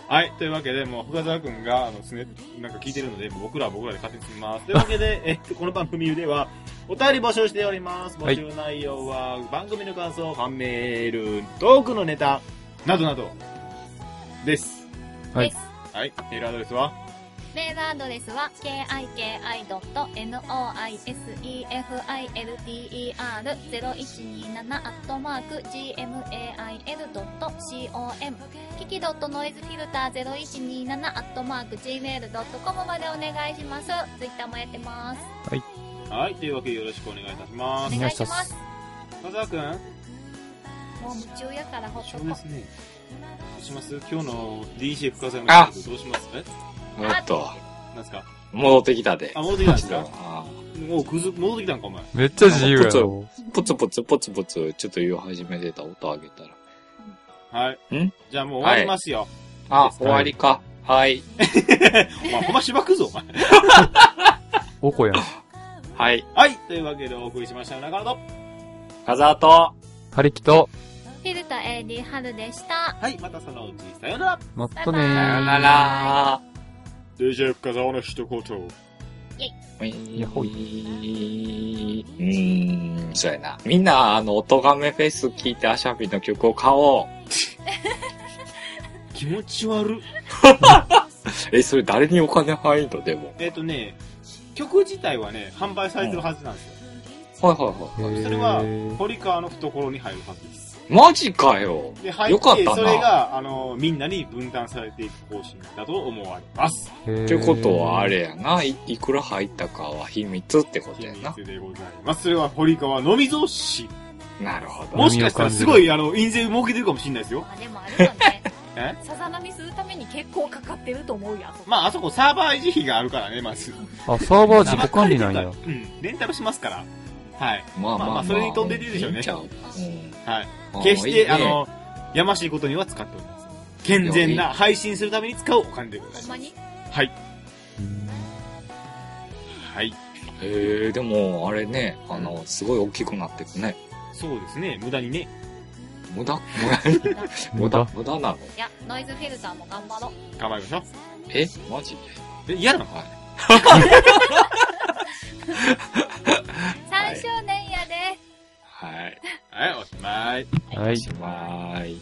Speaker 1: はい、というわけで、もう、深澤くんが、あの、すね、なんか聞いてるので、もう僕らは僕らで勝手に進みます。というわけで、えっと、この番組では、お便り募集しております。募集内容は、番組の感想、ファンメール、トークのネタ、などなど、です。
Speaker 2: はい。
Speaker 1: はい、メールアドレスは、
Speaker 4: メールアドレスは、kiki.noisefelder0127-gmail.com、キキ .noisefilter0127-gmail.com までお願いします。ツイッターもやってます。
Speaker 1: はい、というわけでよろしくお願いいたしま
Speaker 4: お
Speaker 1: す。
Speaker 4: 願いします。
Speaker 1: 深澤くん
Speaker 4: もう夢中やからほっとこ
Speaker 1: そうですね。どうします今日の DJ 深澤の
Speaker 3: あ
Speaker 1: どうしますえ
Speaker 3: おっと。
Speaker 1: 何なんすか
Speaker 3: 戻ってきたで。
Speaker 1: あ、戻ってきたんです
Speaker 3: ちょっ
Speaker 1: か
Speaker 3: とあ
Speaker 1: もうくず、戻ってきたんか、お前。
Speaker 2: めっちゃ自由や
Speaker 3: あ
Speaker 2: ろ。
Speaker 3: ーポツポツポツポツ、ちょっと言う始めてた音あげたら。
Speaker 1: はい。
Speaker 3: ん
Speaker 1: じゃあもう終わりますよ。
Speaker 3: あ、終わりか。はい。
Speaker 1: お前、ほんましばくぞ、お前。
Speaker 2: おこやん。
Speaker 3: はい。
Speaker 1: はい。というわけでお送りしました、中野と。
Speaker 3: カザート。
Speaker 2: はりきと、
Speaker 4: フィルター AD 春で した。
Speaker 1: はい。またそのうち、さよなら。
Speaker 2: まったね
Speaker 4: バ
Speaker 2: ー
Speaker 3: さ
Speaker 4: イバイ。
Speaker 3: よなら。
Speaker 1: DJ 深沢の一言。
Speaker 3: い
Speaker 2: やほいう
Speaker 3: ーん、そうやな。みんな、あの、音がめフェス聞いてアシャビの曲を買おう。
Speaker 1: 気持ち悪。
Speaker 3: え、それ誰にお金入るのでも。
Speaker 1: えっ、とね、曲自体はね、販売されてるはずなんですよ。
Speaker 3: はいはい
Speaker 2: へ
Speaker 3: は
Speaker 2: ー
Speaker 1: それは堀川の懐に入るはずです。
Speaker 3: い。マジかよ。
Speaker 1: で、入
Speaker 3: よか
Speaker 1: っ、
Speaker 3: ってたな
Speaker 1: それが、あの、みんなに分断されていく方針だと思われます。
Speaker 2: へー
Speaker 3: ってことはあれやな。いいくら入ったかは秘密ってこと
Speaker 1: 秘
Speaker 3: やな。
Speaker 1: 密でございます。それは堀川のみぞ知っ
Speaker 3: なるほど。
Speaker 1: もしかしたらすごい、あの、印税儲けてるかもしれないですよ。
Speaker 5: あでもあれだね
Speaker 1: え
Speaker 5: さざ波するために結構かかってると思うや
Speaker 1: まあ、あそこサーバー維持費があるからね、まず。
Speaker 2: あ、サーバー自己管理なんや。
Speaker 1: うん、レンタルしますから。はい。
Speaker 3: まあ
Speaker 1: まあまあそれに飛んでるでしょうね
Speaker 3: いいんちゃう
Speaker 1: はい。
Speaker 3: うん
Speaker 1: 決して、あ、
Speaker 3: いいね
Speaker 1: の、やましいことには使っております。健全な配信するために使うお金でご
Speaker 5: ほ
Speaker 1: ざい
Speaker 5: んま
Speaker 1: ま。
Speaker 5: す に
Speaker 1: はい。
Speaker 2: うん
Speaker 1: はい。
Speaker 3: へえ、でも、あれね、あの、すごい大きくなってくね。
Speaker 1: そうですね、無駄にね。
Speaker 3: 無 駄
Speaker 2: 無
Speaker 3: 無駄
Speaker 2: 駄。
Speaker 3: 無駄なの
Speaker 5: いやノイズフィルターも頑張ろう
Speaker 1: 頑張りましょう。
Speaker 3: えマジ
Speaker 1: え、嫌なのか
Speaker 4: 3周年やで。
Speaker 3: はい。
Speaker 1: はい、おしまい。
Speaker 2: はい
Speaker 3: お。しまい。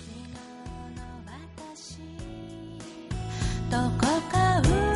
Speaker 6: どこかう